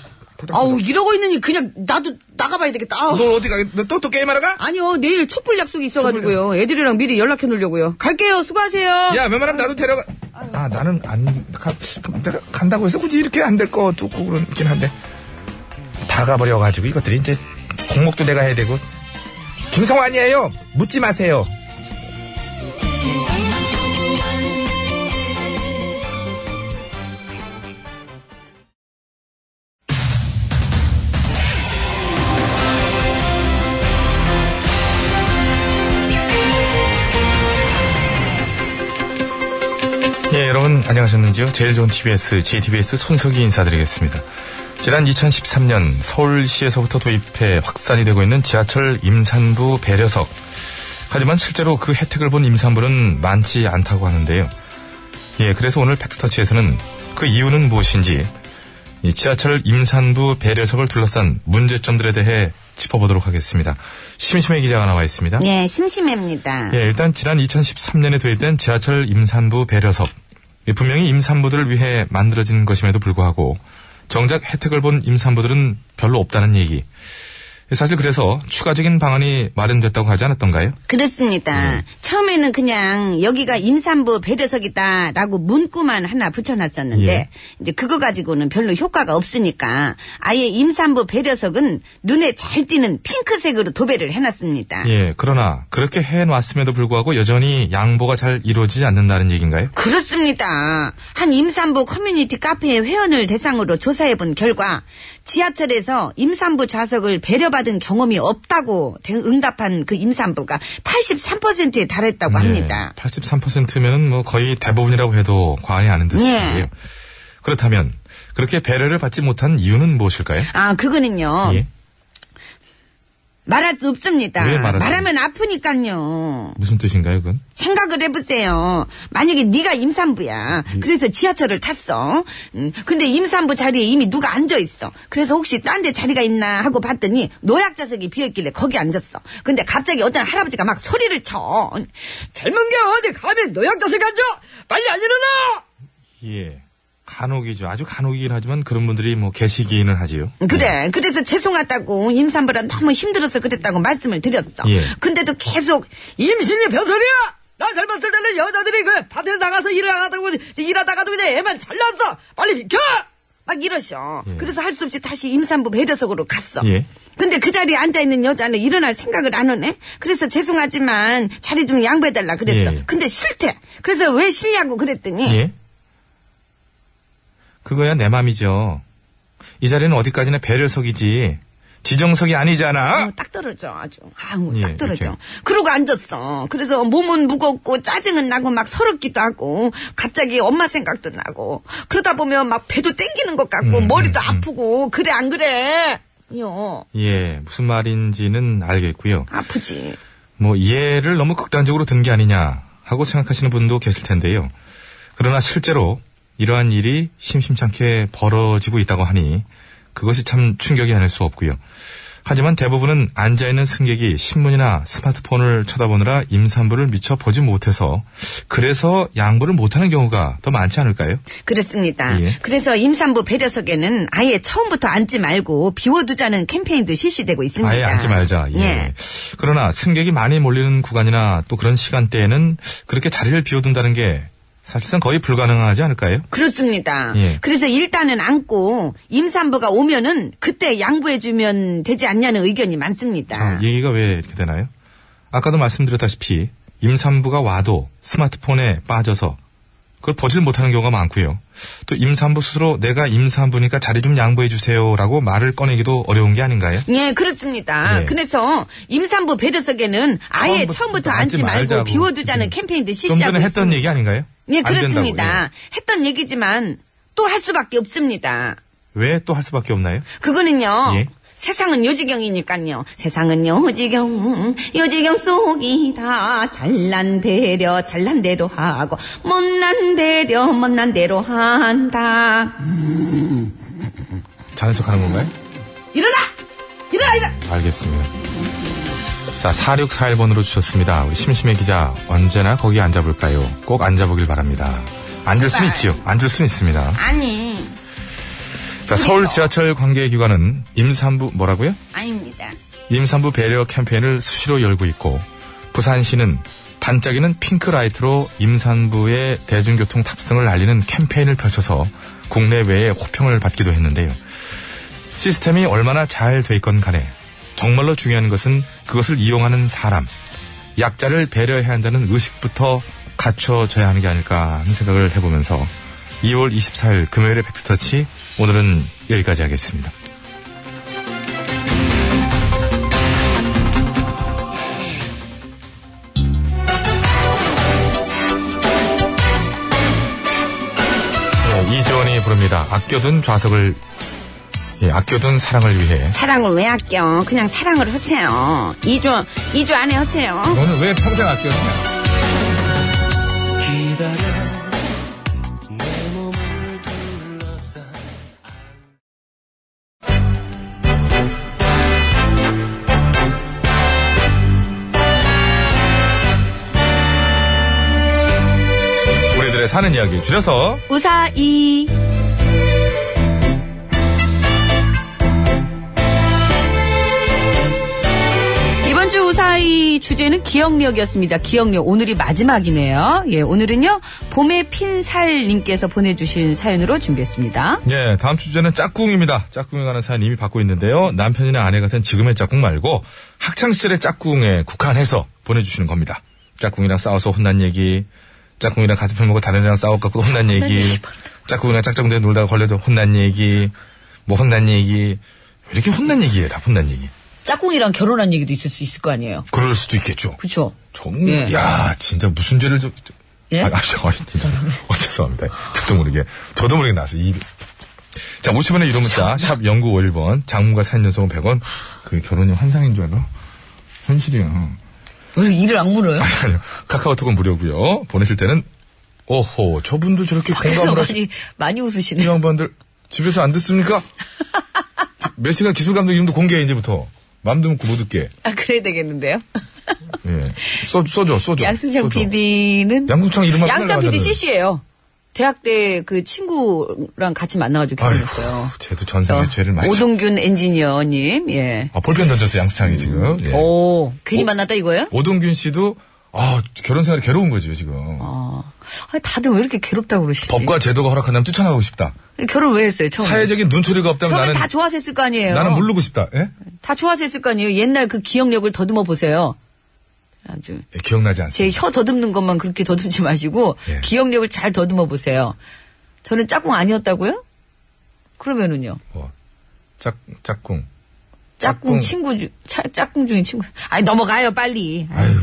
S7: 아우 이러고 있느니 그냥 나도 나가봐야 되겠다. 아우.
S1: 너 어디 가또또 게임하러 가?
S7: 아니요 내일 촛불 약속이 있어가지고요. 애들이랑 미리 연락해 놓으려고요. 갈게요. 수고하세요.
S1: 야 웬만하면 나도 데려가
S7: 아유,
S6: 아 나는 안 가, 내가 간다고 해서 굳이 이렇게 안 될 것 같고 그렇긴 한데 다 가버려가지고 이것들이 이제 공목도 내가 해야 되고 김성환이에요 묻지 마세요
S1: 예, 여러분 안녕하셨는지요? 제일 좋은 TBS, JTBS 손석희 인사드리겠습니다. 지난 2013년 서울시에서부터 도입해 확산이 되고 있는 지하철 임산부 배려석. 하지만 실제로 그 혜택을 본 임산부는 많지 않다고 하는데요. 예, 그래서 오늘 팩스터치에서는 그 이유는 무엇인지 이 지하철 임산부 배려석을 둘러싼 문제점들에 대해 짚어보도록 하겠습니다. 심심해 기자가 나와 있습니다.
S7: 예, 심심합니다.
S1: 예, 일단 지난 2013년에 도입된 지하철 임산부 배려석. 이 분명히 임산부들을 위해 만들어진 것임에도 불구하고 정작 혜택을 본 임산부들은 별로 없다는 얘기. 사실 그래서 추가적인 방안이 마련됐다고 하지 않았던가요?
S7: 그렇습니다.
S1: 네.
S7: 처음에는 그냥 여기가 임산부 배려석이다라고 문구만 하나 붙여놨었는데
S1: 예.
S7: 이제 그거 가지고는 별로 효과가 없으니까 아예 임산부 배려석은 눈에 잘 띄는 핑크색으로 도배를 해놨습니다.
S1: 예, 그러나 그렇게 해놨음에도 불구하고 여전히 양보가 잘 이루어지지 않는다는 얘기인가요?
S7: 그렇습니다. 한 임산부 커뮤니티 카페 회원을 대상으로 조사해본 결과 지하철에서 임산부 좌석을 배려받은 경험이 없다고 대- 응답한 그 임산부가 83%에
S1: 네.
S7: 달했다고 합니다.
S1: 83%면은 예, 뭐 거의 대부분이라고 해도 과언이 아닌 듯이에요.
S7: 예.
S1: 그렇다면 그렇게 배려를 받지 못한 이유는 무엇일까요?
S7: 아, 그거는요.
S1: 예.
S7: 말할 수 없습니다.
S1: 왜 말할 수
S7: 말하면 아프니까요.
S1: 무슨 뜻인가요, 그건?
S7: 생각을 해보세요. 만약에 네가 임산부야.
S1: 음.
S7: 그래서 지하철을 탔어. 음, 근데 임산부 자리에 이미 누가 앉아 있어. 그래서 혹시 딴 데 자리가 있나 하고 봤더니 노약자석이 비어 있길래 거기 앉았어. 근데 갑자기 어떤 할아버지가 막 소리를 쳐. 젊은 게 어디 가면 노약자석에 앉아. 빨리 안 일어나.
S1: 예. 간혹이죠. 아주 간혹이긴 하지만 그런 분들이 뭐 계시기는 하지요.
S7: 그래. 그래서 죄송하다고 임산부랑 너무 힘들어서 그랬다고 말씀을 드렸어.
S1: 예.
S7: 근데도 계속 임신이 변설이야. 나 젊었을 때는 여자들이 그 밭에 나가서 일하다고 일하다가도 그냥 애만 잘났어. 빨리 비켜. 막 이러셔. 그래서 할 수 없이 다시 임산부 배려석으로 갔어.
S1: 예.
S7: 근데 그 자리에 앉아있는 여자는 일어날 생각을 안 하네? 그래서 죄송하지만 자리 좀 양보해달라 그랬어.
S1: 예.
S7: 근데 싫대. 그래서 왜 싫냐고 그랬더니.
S1: 예. 그거야 내 맘이죠. 이 자리는 어디까지나 배려석이지. 지정석이 아니잖아.
S7: 어, 딱 떨어져 아주 아우
S1: 예,
S7: 딱 떨어져
S1: 이렇게.
S7: 그러고 앉았어 그래서 몸은 무겁고 짜증은 나고 막 서럽기도 하고 갑자기 엄마 생각도 나고 그러다 보면 막 배도 땡기는 것 같고
S1: 음,
S7: 머리도 아프고 그래 안 그래 요
S1: 예, 무슨 말인지는 알겠고요.
S7: 아프지
S1: 뭐 이해를 너무 극단적으로 든 게 아니냐 하고 생각하시는 분도 계실 텐데요. 그러나 실제로 이러한 일이 심심찮게 벌어지고 있다고 하니 그것이 참 충격이 아닐 수 없고요. 하지만 대부분은 앉아있는 승객이 신문이나 스마트폰을 쳐다보느라 임산부를 미처 보지 못해서 그래서 양보를 못하는 경우가 더 많지 않을까요?
S7: 그렇습니다
S1: 예.
S7: 그래서 임산부 배려석에는 아예 처음부터 앉지 말고 비워두자는 캠페인도 실시되고 있습니다
S1: 아예 앉지 말자. 예. 그러나 승객이 많이 몰리는 구간이나 또 그런 시간대에는 그렇게 자리를 비워둔다는 게 사실상 거의 불가능하지 않을까요?
S7: 그렇습니다.
S1: 예.
S7: 그래서 일단은 앉고 임산부가 오면은 그때 양보해주면 되지 않냐는 의견이 많습니다.
S1: 아, 얘기가 왜 이렇게 되나요? 아까도 말씀드렸다시피 임산부가 와도 스마트폰에 빠져서 그걸 보질 못하는 경우가 많고요. 또 임산부 스스로 내가 임산부니까 자리 좀 양보해 주세요라고 말을 꺼내기도 어려운 게 아닌가요?
S7: 예, 그렇습니다.
S1: 예.
S7: 그래서 임산부 배려석에는 아예
S1: 처음부터
S7: 처음부터
S1: 앉지
S7: 앉지 말고
S1: 말자고.
S7: 비워두자는
S1: 음.
S7: 캠페인도
S1: 좀
S7: 실시하고
S1: 전에
S7: 있습니다.
S1: 했던 얘기 아닌가요?
S7: 예,
S1: 안 된다고,
S7: 그렇습니다.
S1: 예.
S7: 했던 얘기지만 또 할 수밖에 없습니다.
S1: 왜 또 할 수밖에 없나요?
S7: 그거는요.
S1: 예.
S7: 세상은 요지경이니까요. 세상은 요지경, 요지경 속이다. 잘난 배려, 잘난 대로 하고, 못난 배려, 못난 대로 한다.
S1: 자는 척 하는 건가요?
S7: 일어나! 일어나, 일어나!
S1: 알겠습니다. 자, 4641번으로 주셨습니다. 우리 심심해 기자, 언제나 거기 앉아볼까요? 꼭 앉아보길 바랍니다. 앉을 순 있지요. 앉을 순 있습니다.
S7: 아니,
S1: 자, 서울 지하철 관계기관은 임산부, 뭐라고요?
S7: 아닙니다.
S1: 임산부 배려 캠페인을 수시로 열고 있고, 부산시는 반짝이는 핑크라이트로 임산부의 대중교통 탑승을 알리는 캠페인을 펼쳐서 국내외에 호평을 받기도 했는데요. 시스템이 얼마나 잘 돼 있건 간에 정말로 중요한 것은 그것을 이용하는 사람, 약자를 배려해야 한다는 의식부터 갖춰져야 하는 게 아닐까 하는 생각을 해보면서 2월 24일 금요일의 팩트터치 오늘은 여기까지 하겠습니다. 네, 이지원이 부릅니다. 아껴둔 좌석을 예, 아껴둔 사랑을 위해
S9: 사랑을 왜 아껴? 그냥 사랑을 하세요. 2주, 2주 안에 하세요.
S10: 너는 왜 평생 아껴주냐?
S1: 우리들의 사는 이야기 줄여서
S7: 우사이. 이번 주 우사이 주제는 기억력이었습니다. 기억력. 오늘이 마지막이네요. 예, 오늘은요, 봄의 핀살님께서 보내주신 사연으로 준비했습니다.
S1: 예, 다음 주 주제는 짝꿍입니다. 짝꿍에 관한 사연 이미 받고 있는데요. 남편이나 아내 같은 지금의 짝꿍 말고 학창시절의 짝꿍에 국한해서 보내주시는 겁니다. 짝꿍이랑 싸워서 혼난 얘기, 짝꿍이랑 같은 편 먹고 다른 애랑 싸워갖고 혼난 얘기, 짝꿍이랑 짝짝대 놀다가 걸려도 혼난 얘기, 뭐 혼난 얘기, 왜 이렇게 혼난 얘기예요, 다 혼난 얘기.
S7: 짝꿍이랑 결혼한 얘기도 있을 수 있을 거 아니에요.
S1: 그럴 수도 있겠죠.
S7: 그쵸?
S1: 정,
S7: 예.
S1: 야, 진짜 무슨 죄를 저, 저-
S7: 예?
S1: 아, 아, 저, 아, 진짜. 어, 죄송합니다. 저도 모르게, 저도 모르게 나왔어요. 입이. 자, 50원의 유료 문자, 샵 0951번, 장문과 사연 연속은 100원. 그 결혼이 환상인 줄 알아? 현실이야. <laughs>
S7: 왜 일을 악물어요?
S1: 아니, 아니요. 카카오톡은 무료고요 보내실 때는, 오호, 저분도 저렇게
S7: 그래서
S1: 공감을 하시,
S7: 많이, 많이
S1: 이
S7: 웃으시네요.
S1: 양반들, 집에서 안
S7: <laughs>
S1: 듣습니까? 몇 시간 기술 감독 이름도 공개해, 이제부터. 맘 되면 그 못 듣게.
S7: 아, 그래야 되겠는데요.
S1: 예. 써, 써줘, 써줘.
S7: 양승창
S1: 써줘.
S7: PD는
S1: 양승창 이름만
S7: 양승창 PD
S1: 빼려고
S7: CC예요. 대학 때 그 친구랑 같이 만나가지고 결혼했어요.
S1: 아이고, 쟤도 전생에 죄를 많이 오
S7: 오동균 엔지니어님, 예.
S1: 아, 볼펜 던졌어, 양수창이
S7: 음.
S1: 지금. 예.
S7: 오, 괜히 만났다 이거예요?
S1: 오동균 씨도, 아, 결혼 생활이 괴로운 거죠, 지금.
S7: 어. 아, 다들 왜 이렇게 괴롭다고 그러시지?
S1: 법과 제도가 허락한다면 뛰쳐나가고 싶다.
S7: 결혼 왜 했어요, 처음에?
S1: 사회적인 눈초리가 없다면
S7: 처음에
S1: 나는,
S7: 음. 다 좋아서 했을 거 아니에요?
S1: 나는 물르고 싶다. 예?
S7: 다 좋아서 했을 거 아니에요? 옛날 그 기억력을 더듬어 보세요. 아주.
S1: 예, 기억나지
S7: 제
S1: 않습니다.
S7: 혀 더듬는 것만 그렇게 더듬지 마시고
S1: 예.
S7: 기억력을 잘 더듬어 보세요. 저는 짝꿍 아니었다고요? 그러면은요.
S1: 뭐, 짝, 짝꿍.
S7: 짝꿍
S1: 짝꿍.
S7: 친구 중 차- 짝꿍 중인 친구. 아니 넘어가요 빨리.
S1: 아유.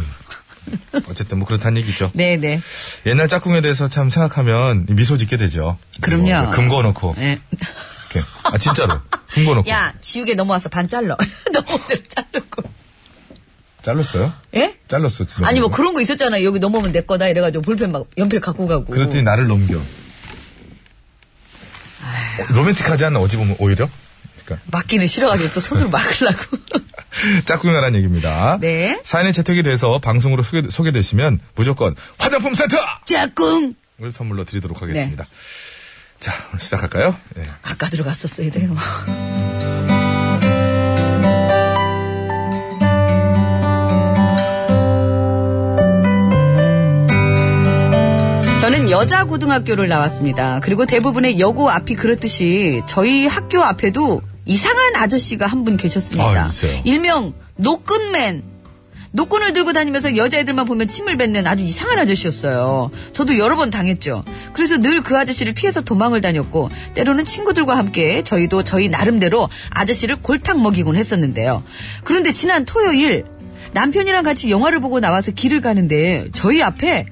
S1: 어쨌든 뭐 그렇다는 얘기죠.
S7: 네네.
S1: 옛날 짝꿍에 대해서 참 생각하면 미소 짓게 되죠.
S7: 그럼요.
S1: 뭐, 금거 넣고.
S7: 예.
S1: 이렇게. 아, 진짜로. 금거 넣고.
S7: <laughs> 야 아, 지우개 넘어와서 반 잘라. <laughs> 넘어오면 자르고.
S1: 잘랐어요?
S7: 예?
S1: 잘랐어, 지금.
S7: 아니 뭐 그런 거 있었잖아요. 여기 넘어오면 내 거다 이래가지고 볼펜 막 연필 갖고 가고.
S1: 그랬더니 나를 넘겨. 로맨틱하지 않나, 어찌 보면, 오히려? 그러니까.
S7: 막기는 싫어가지고 또 손으로 막으려고.
S1: 짝꿍이라는 얘기입니다.
S7: 네.
S1: 사연이 채택이 돼서 방송으로 소개, 되시면 무조건 화장품 세트를
S7: 짝꿍.
S1: 선물로 드리도록 하겠습니다. 자, 오늘 시작할까요? 예.
S7: 아까 들어갔었어야 돼요. <laughs> 저는 여자 고등학교를 나왔습니다. 그리고 대부분의 여고 앞이 그렇듯이 저희 학교 앞에도 이상한 아저씨가 한 분 계셨습니다.
S1: 아, 있어요.
S7: 일명 노끈맨. 노끈을 들고 다니면서 여자애들만 보면 침을 뱉는 아주 이상한 아저씨였어요. 저도 여러 번 당했죠. 그래서 늘 그 아저씨를 피해서 도망을 다녔고 때로는 친구들과 함께 저희도 저희 나름대로 아저씨를 골탕 먹이곤 했었는데요. 그런데 지난 토요일 남편이랑 같이 영화를 보고 나와서 길을 가는데 저희 앞에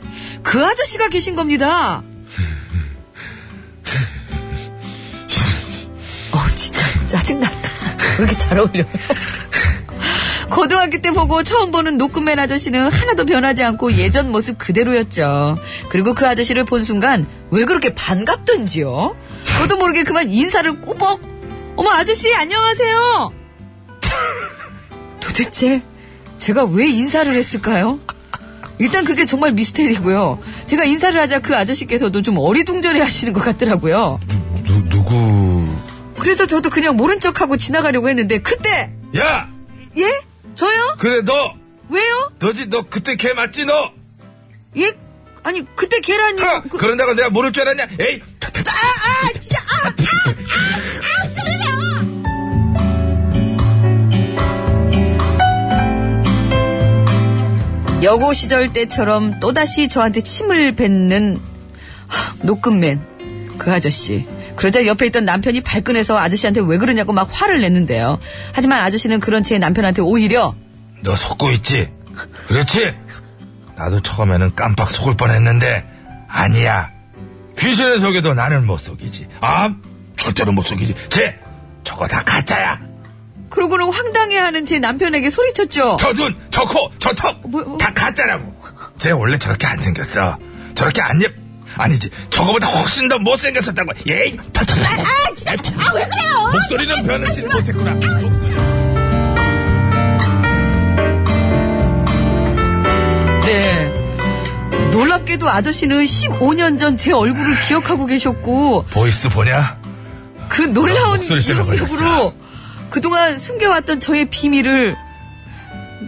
S7: 그 아저씨가 계신 겁니다. 어 진짜 짜증났다. 왜 이렇게 잘 어울려? 고등학교 때 보고 처음 보는 노크맨 아저씨는 하나도 변하지 않고 예전 모습 그대로였죠. 그리고 그 아저씨를 본 순간 왜 그렇게 반갑던지요? 저도 모르게 그만 인사를 꾸벅. 어머 아저씨 안녕하세요. 도대체 제가 왜 인사를 했을까요? 일단 그게 정말 미스테리고요. 제가 인사를 하자 그 아저씨께서도 좀 어리둥절해 하시는 것 같더라고요.
S1: 누, 누구.
S7: 그래서 저도 그냥 모른 척하고 지나가려고 했는데 그때
S1: 야!
S7: 예? 저요?
S1: 그래, 너!
S7: 왜요?
S1: 너지, 너 그때 걔 맞지, 너!
S7: 예? 아니 그때 계란이
S1: 아,
S7: 그-
S1: 그런다고 내가 모를 줄 알았냐? 에이,
S7: 여고 시절 때처럼 또다시 저한테 침을 뱉는 하, 노끈맨 그 아저씨. 그러자 옆에 있던 남편이 발끈해서 아저씨한테 왜 그러냐고 막 화를 냈는데요. 하지만 아저씨는 그런 채 남편한테 오히려
S1: 너 속고 있지? 그렇지? 나도 처음에는 깜빡 속을 뻔했는데 아니야. 귀신의 속에도 나는 못 속이지. 암 절대로 못 속이지. 쟤 저거 다 가짜야.
S7: 그러고는 황당해하는 제 남편에게 소리쳤죠.
S1: 저 눈 저 코 저 턱
S7: 뭐, 뭐.
S1: 다 가짜라고. 쟤 원래 저렇게 안 생겼어. 저렇게 안 예. 아니지 저거보다 훨씬 더 못생겼었다고. 예이. 아 진짜. 아 왜 그래요? 목소리는 변하지 못했구나.
S7: 네. 놀랍게도 아저씨는 15년 전 제 얼굴을 기억하고 계셨고
S1: 보이스 보냐?
S7: 그 놀라운
S1: 목소리 때문에
S7: 기억력으로
S1: 걸렸어.
S7: 그동안 숨겨왔던 저의 비밀을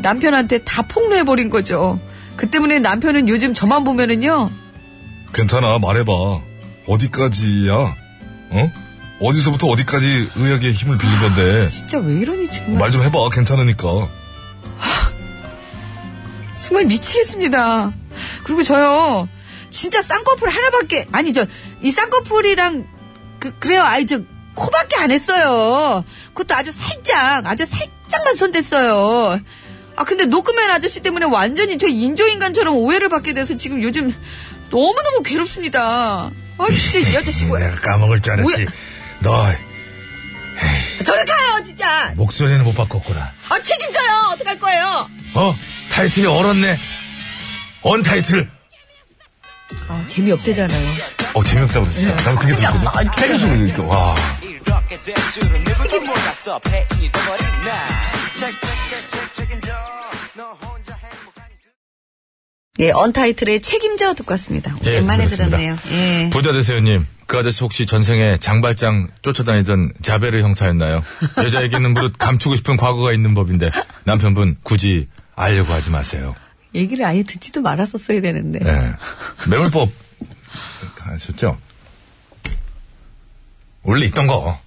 S7: 남편한테 다 폭로해버린 거죠. 그 때문에 남편은 요즘 저만 보면은요.
S1: 괜찮아 말해봐 어디까지야 어 어디서부터 어디까지 의학의 힘을 빌린 건데
S7: 진짜 왜 이러니 정말.
S1: 말 좀 해봐 괜찮으니까
S7: 정말 미치겠습니다. 그리고 저요. 진짜 쌍꺼풀 하나밖에 아니 저 이 쌍꺼풀이랑 그 그래요. 아이 저 코밖에 안 했어요. 그것도 아주 살짝 아주 살짝만 손댔어요. 아 근데 노크맨 아저씨 때문에 완전히 저 인조인간처럼 오해를 받게 돼서 지금 요즘 너무너무 괴롭습니다. 아 진짜 이 아저씨 뭐야.
S1: 네, 내가 까먹을 줄 알았지
S7: 뭐야?
S1: 너
S7: 저리 가요 진짜.
S1: 목소리는 못 바꿨구나
S7: 아 책임져요. 어떡할 거예요.
S1: 어 타이틀이 얼었네 언 타이틀
S7: 아 재미없대잖아요.
S1: 어 재미없다고 진짜 나도 그게 들었거든 태교수로 이렇게 와
S3: 이렇게 될 줄은 누구도 몰랐어 패인이 돼버린 나 책책책책 책임져 너 혼자 행복한
S7: 예 언타이틀의 책임져 듣고 왔습니다.
S1: 예,
S7: 오랜만에
S1: 그렇습니다.
S7: 들었네요. 예.
S1: 부자 되세요님 그 아저씨 혹시 전생에 장발장 쫓아다니던 자베르 형사였나요 여자에게는 무릇 감추고 싶은 과거가 있는 법인데 남편분 굳이 알려고 하지 마세요.
S7: 얘기를 아예 듣지도 말았었어야 되는데.
S1: 예. 매물법 아셨죠? 원래 있던 거.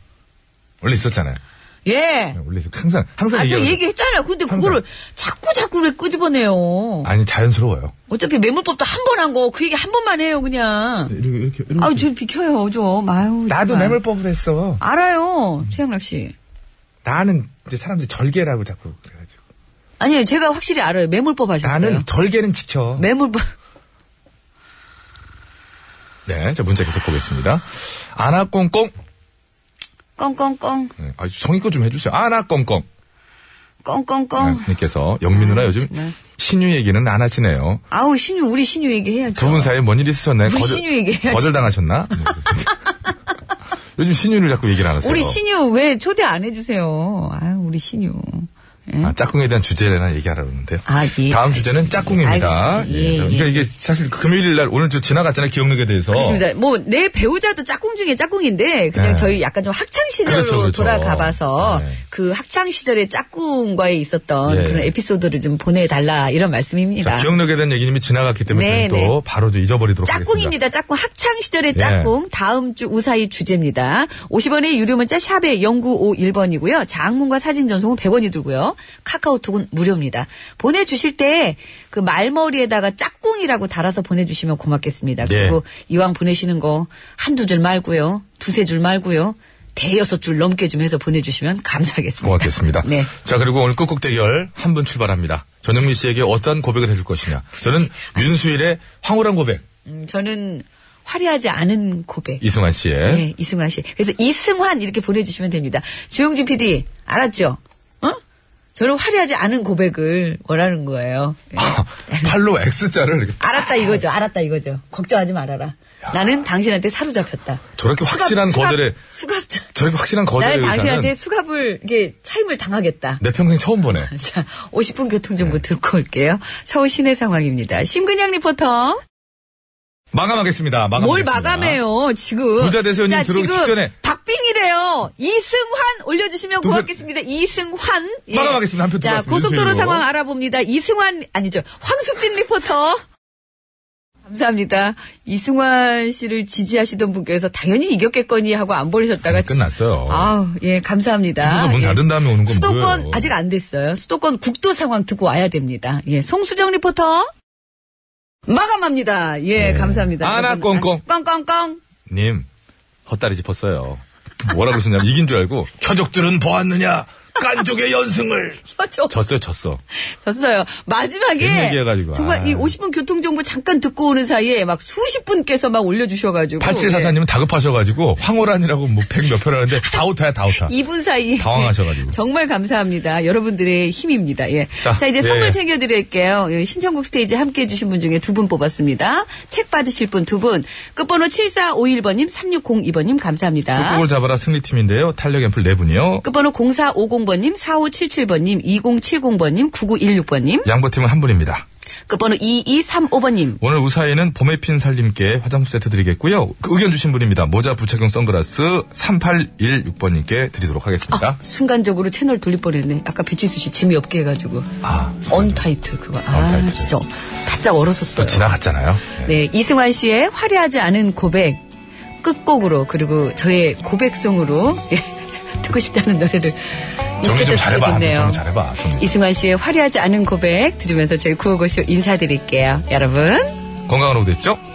S1: 원래 있었잖아요.
S7: 예.
S1: 원래 있- 항상 항상
S7: 아, 저
S1: 얘기하는 거.
S7: 얘기했잖아요. 근데 그거를 자꾸 자꾸 왜 끄집어내요.
S1: 아니 자연스러워요.
S7: 어차피 매물법도 한 번 한 거, 그 얘기 한 번만 해요, 그냥.
S1: 네, 이렇게 이렇게 이렇게.
S7: 아우, 저 비켜요, 좀. 아유.
S11: 나도
S7: 정말.
S11: 매물법을 했어.
S7: 알아요, 최양락 씨.
S11: 나는 이제 사람들이 절개라고 자꾸 그래가지고.
S7: 아니요, 제가 확실히 알아요. 매물법 하셨어요.
S11: 나는 절개는 지켜.
S7: 매물법.
S1: 네, 자 문자 계속 보겠습니다. 아나꽁꽁.
S7: 꽁꽁꽁,
S1: 네, 아 성의껏 좀 해주세요. 아나꽁꽁.
S7: 꽁꽁꽁.
S1: 네, 님께서 영민 누나
S7: 어. 아,
S1: 요즘
S7: 정말.
S1: 신유 얘기는 안 하시네요.
S7: 아우, 신유, 우리 신유 얘기해야죠.
S1: 두 분 사이에 뭔 일이 있으셨나요?
S7: 우리 신유 얘기해야지.
S1: 거절 당하셨나? 네, 그렇습니다. 요즘 신유를 자꾸 얘기를 안 하세요.
S7: 우리 신유, 왜 초대 안 해주세요? 아유, 우리 신유.
S1: 아, 짝꿍에 대한 주제나 얘기하라고 했는데요.
S7: 아, 예.
S1: 다음 주제는 짝꿍입니다.
S7: 알겠습니다. 예,
S1: 예, 그러니까 이게 사실 금요일 날 오늘 저 지나갔잖아요. 기억력에 대해서.
S7: 맞습니다. 뭐, 내 배우자도 짝꿍 중에 짝꿍인데, 그냥
S1: 그렇죠. 네.
S7: 저희 약간 좀 학창시절로
S1: 그렇죠, 그렇죠.
S7: 돌아가봐서,
S1: 네.
S7: 그 학창시절의 짝꿍과의 있었던
S1: 예.
S7: 그런 에피소드를 좀 보내달라, 이런 말씀입니다.
S1: 자, 기억력에 대한 얘기님이 지나갔기 때문에
S7: 네,
S1: 저는 또 바로 좀 잊어버리도록 하겠습니다. 예.
S7: 짝꿍입니다. 짝꿍. 학창시절의 짝꿍. 다음 주 우사히 주제입니다. 50원의 유료 문자 샵에 0951번이고요. 장문과 사진 전송은 100원이 들고요. 카카오톡은 무료입니다. 보내주실 때 그 말머리에다가 짝꿍이라고 달아서 보내주시면 고맙겠습니다.
S1: 네.
S7: 그리고 이왕 보내시는 거 한두 줄 말고요. 두세 줄 말고요. 대여섯 줄 넘게 좀 해서 보내주시면 감사하겠습니다.
S1: 고맙겠습니다.
S7: 네.
S1: 자, 그리고 오늘 끝곡 대결 한 분 출발합니다. 전영민 씨에게 어떤 고백을 해줄 것이냐. 저는 윤수일의 황홀한 고백.
S7: 음, 저는 화려하지 않은 고백.
S1: 이승환 씨의
S7: 네, 이승환 씨. 그래서 이승환 이렇게 보내주시면 됩니다. 주영진 PD 알았죠? 어? 저는 화려하지 않은 고백을 원하는 거예요. 예.
S1: <laughs> 팔로 X자를 이렇게
S7: 알았다 이거죠. 알았다 이거죠. 걱정하지 말아라. 나는 당신한테 사로잡혔다.
S1: 저렇게 확실한 거절에
S7: 수갑자.
S1: 저렇게 확실한 거절에
S7: 나는
S1: 의사는
S7: 네, 당신한테 수갑을 이게 차임을 당하겠다.
S1: 내 평생 처음 보네.
S7: 자, 50분
S1: 네.
S7: 교통정보 듣고 올게요. 서울 시내 상황입니다. 심근양 리포터.
S1: 마감하겠습니다. 마감.
S7: 뭘 마감해요, 지금.
S1: 부자 대세요님
S7: 자,
S1: 들어오기
S7: 지금
S1: 직전에.
S7: 박빙이래요. 이승환 올려주시면
S1: 누구-
S7: 고맙겠습니다. 이승환. 예.
S1: 예. 마감하겠습니다. 한표
S7: 자,
S1: 들어갔습니다.
S7: 고속도로
S1: 윤수일로.
S7: 상황 알아봅니다. 이승환, 아니죠. 황숙진 리포터. 감사합니다. 이승환 씨를 지지하시던 분께서 당연히 이겼겠거니 하고 안 보내셨다가
S1: 아니, 네, 끝났어요.
S7: 아우, 예, 감사합니다.
S1: 집에서 문
S7: 예.
S1: 닫은 다음에 오는 건
S7: 수도권
S1: 뭐예요?
S7: 아직 안 됐어요. 수도권 국도 상황 듣고 와야 됩니다. 예, 송수정 리포터. 마감합니다. 예, 감사합니다.
S1: 네. 아나
S7: 여러분,
S1: 꽁꽁.
S7: 아, 꽁꽁꽁.
S1: 님, 헛다리 짚었어요. 뭐라 그러셨냐면 이긴 줄 알고
S12: 혀족들은 보았느냐? 깐족의 연승을.
S7: 저,
S1: 졌어요, 졌어.
S7: 졌어요. 마지막에
S1: 괜히 얘기해가지고,
S7: 정말
S1: 아.
S7: 이 50분 교통정보 잠깐 듣고 오는 사이에 막 수십 분께서 막 올려주셔가지고
S1: 8744님은
S7: 예.
S1: 다급하셔가지고 황호란이라고 뭐 백 몇 표를 하는데 다 오타야, 다 오타.
S7: 2분 예. 사이에
S1: 당황하셔가지고.
S7: 정말 감사합니다. 여러분들의 힘입니다. 예. 자,
S1: 자,
S7: 이제
S1: 예.
S7: 선물 챙겨드릴게요. 예, 신청곡 스테이지 함께 해주신 분 중에 두 분 뽑았습니다. 책 받으실 분 두 분. 끝번호 7451번님, 3602번님 감사합니다.
S1: 끝곡을 잡아라 승리팀인데요. 탄력 앰플 네 분이요.
S7: 끝번호 0450번님, 4577번님, 2070번님, 9916번님.
S1: 양보팀은 한 분입니다.
S7: 끝번호 2235번님.
S1: 오늘 우사에는 봄에 핀 살림께 화장품 세트 드리겠고요. 그 의견 주신 분입니다. 모자 부착용 선글라스 3816번님께 드리도록 하겠습니다.
S7: 순간적으로 채널 돌릴 뻔했네. 아까 배치수 씨 재미없게 해가지고.
S1: 아,
S7: 언타이틀 그거. 아,
S1: 언타이틀.
S7: 진짜. 바짝 얼었었어요.
S1: 지나갔잖아요. 네.
S7: 네, 이승환 씨의 화려하지 않은 고백 끝곡으로 그리고 저의 고백송으로 예, <laughs> 듣고 싶다는 노래를
S1: 정리 좀
S7: 이렇게
S1: 잘해봐.
S7: 듣겠네요.
S1: 정리 잘해봐. 정리.
S7: 이승환 씨의 화려하지 않은 고백 들으면서 저희 구호고쇼 인사드릴게요. 여러분.
S1: 건강한 오후 되십시오.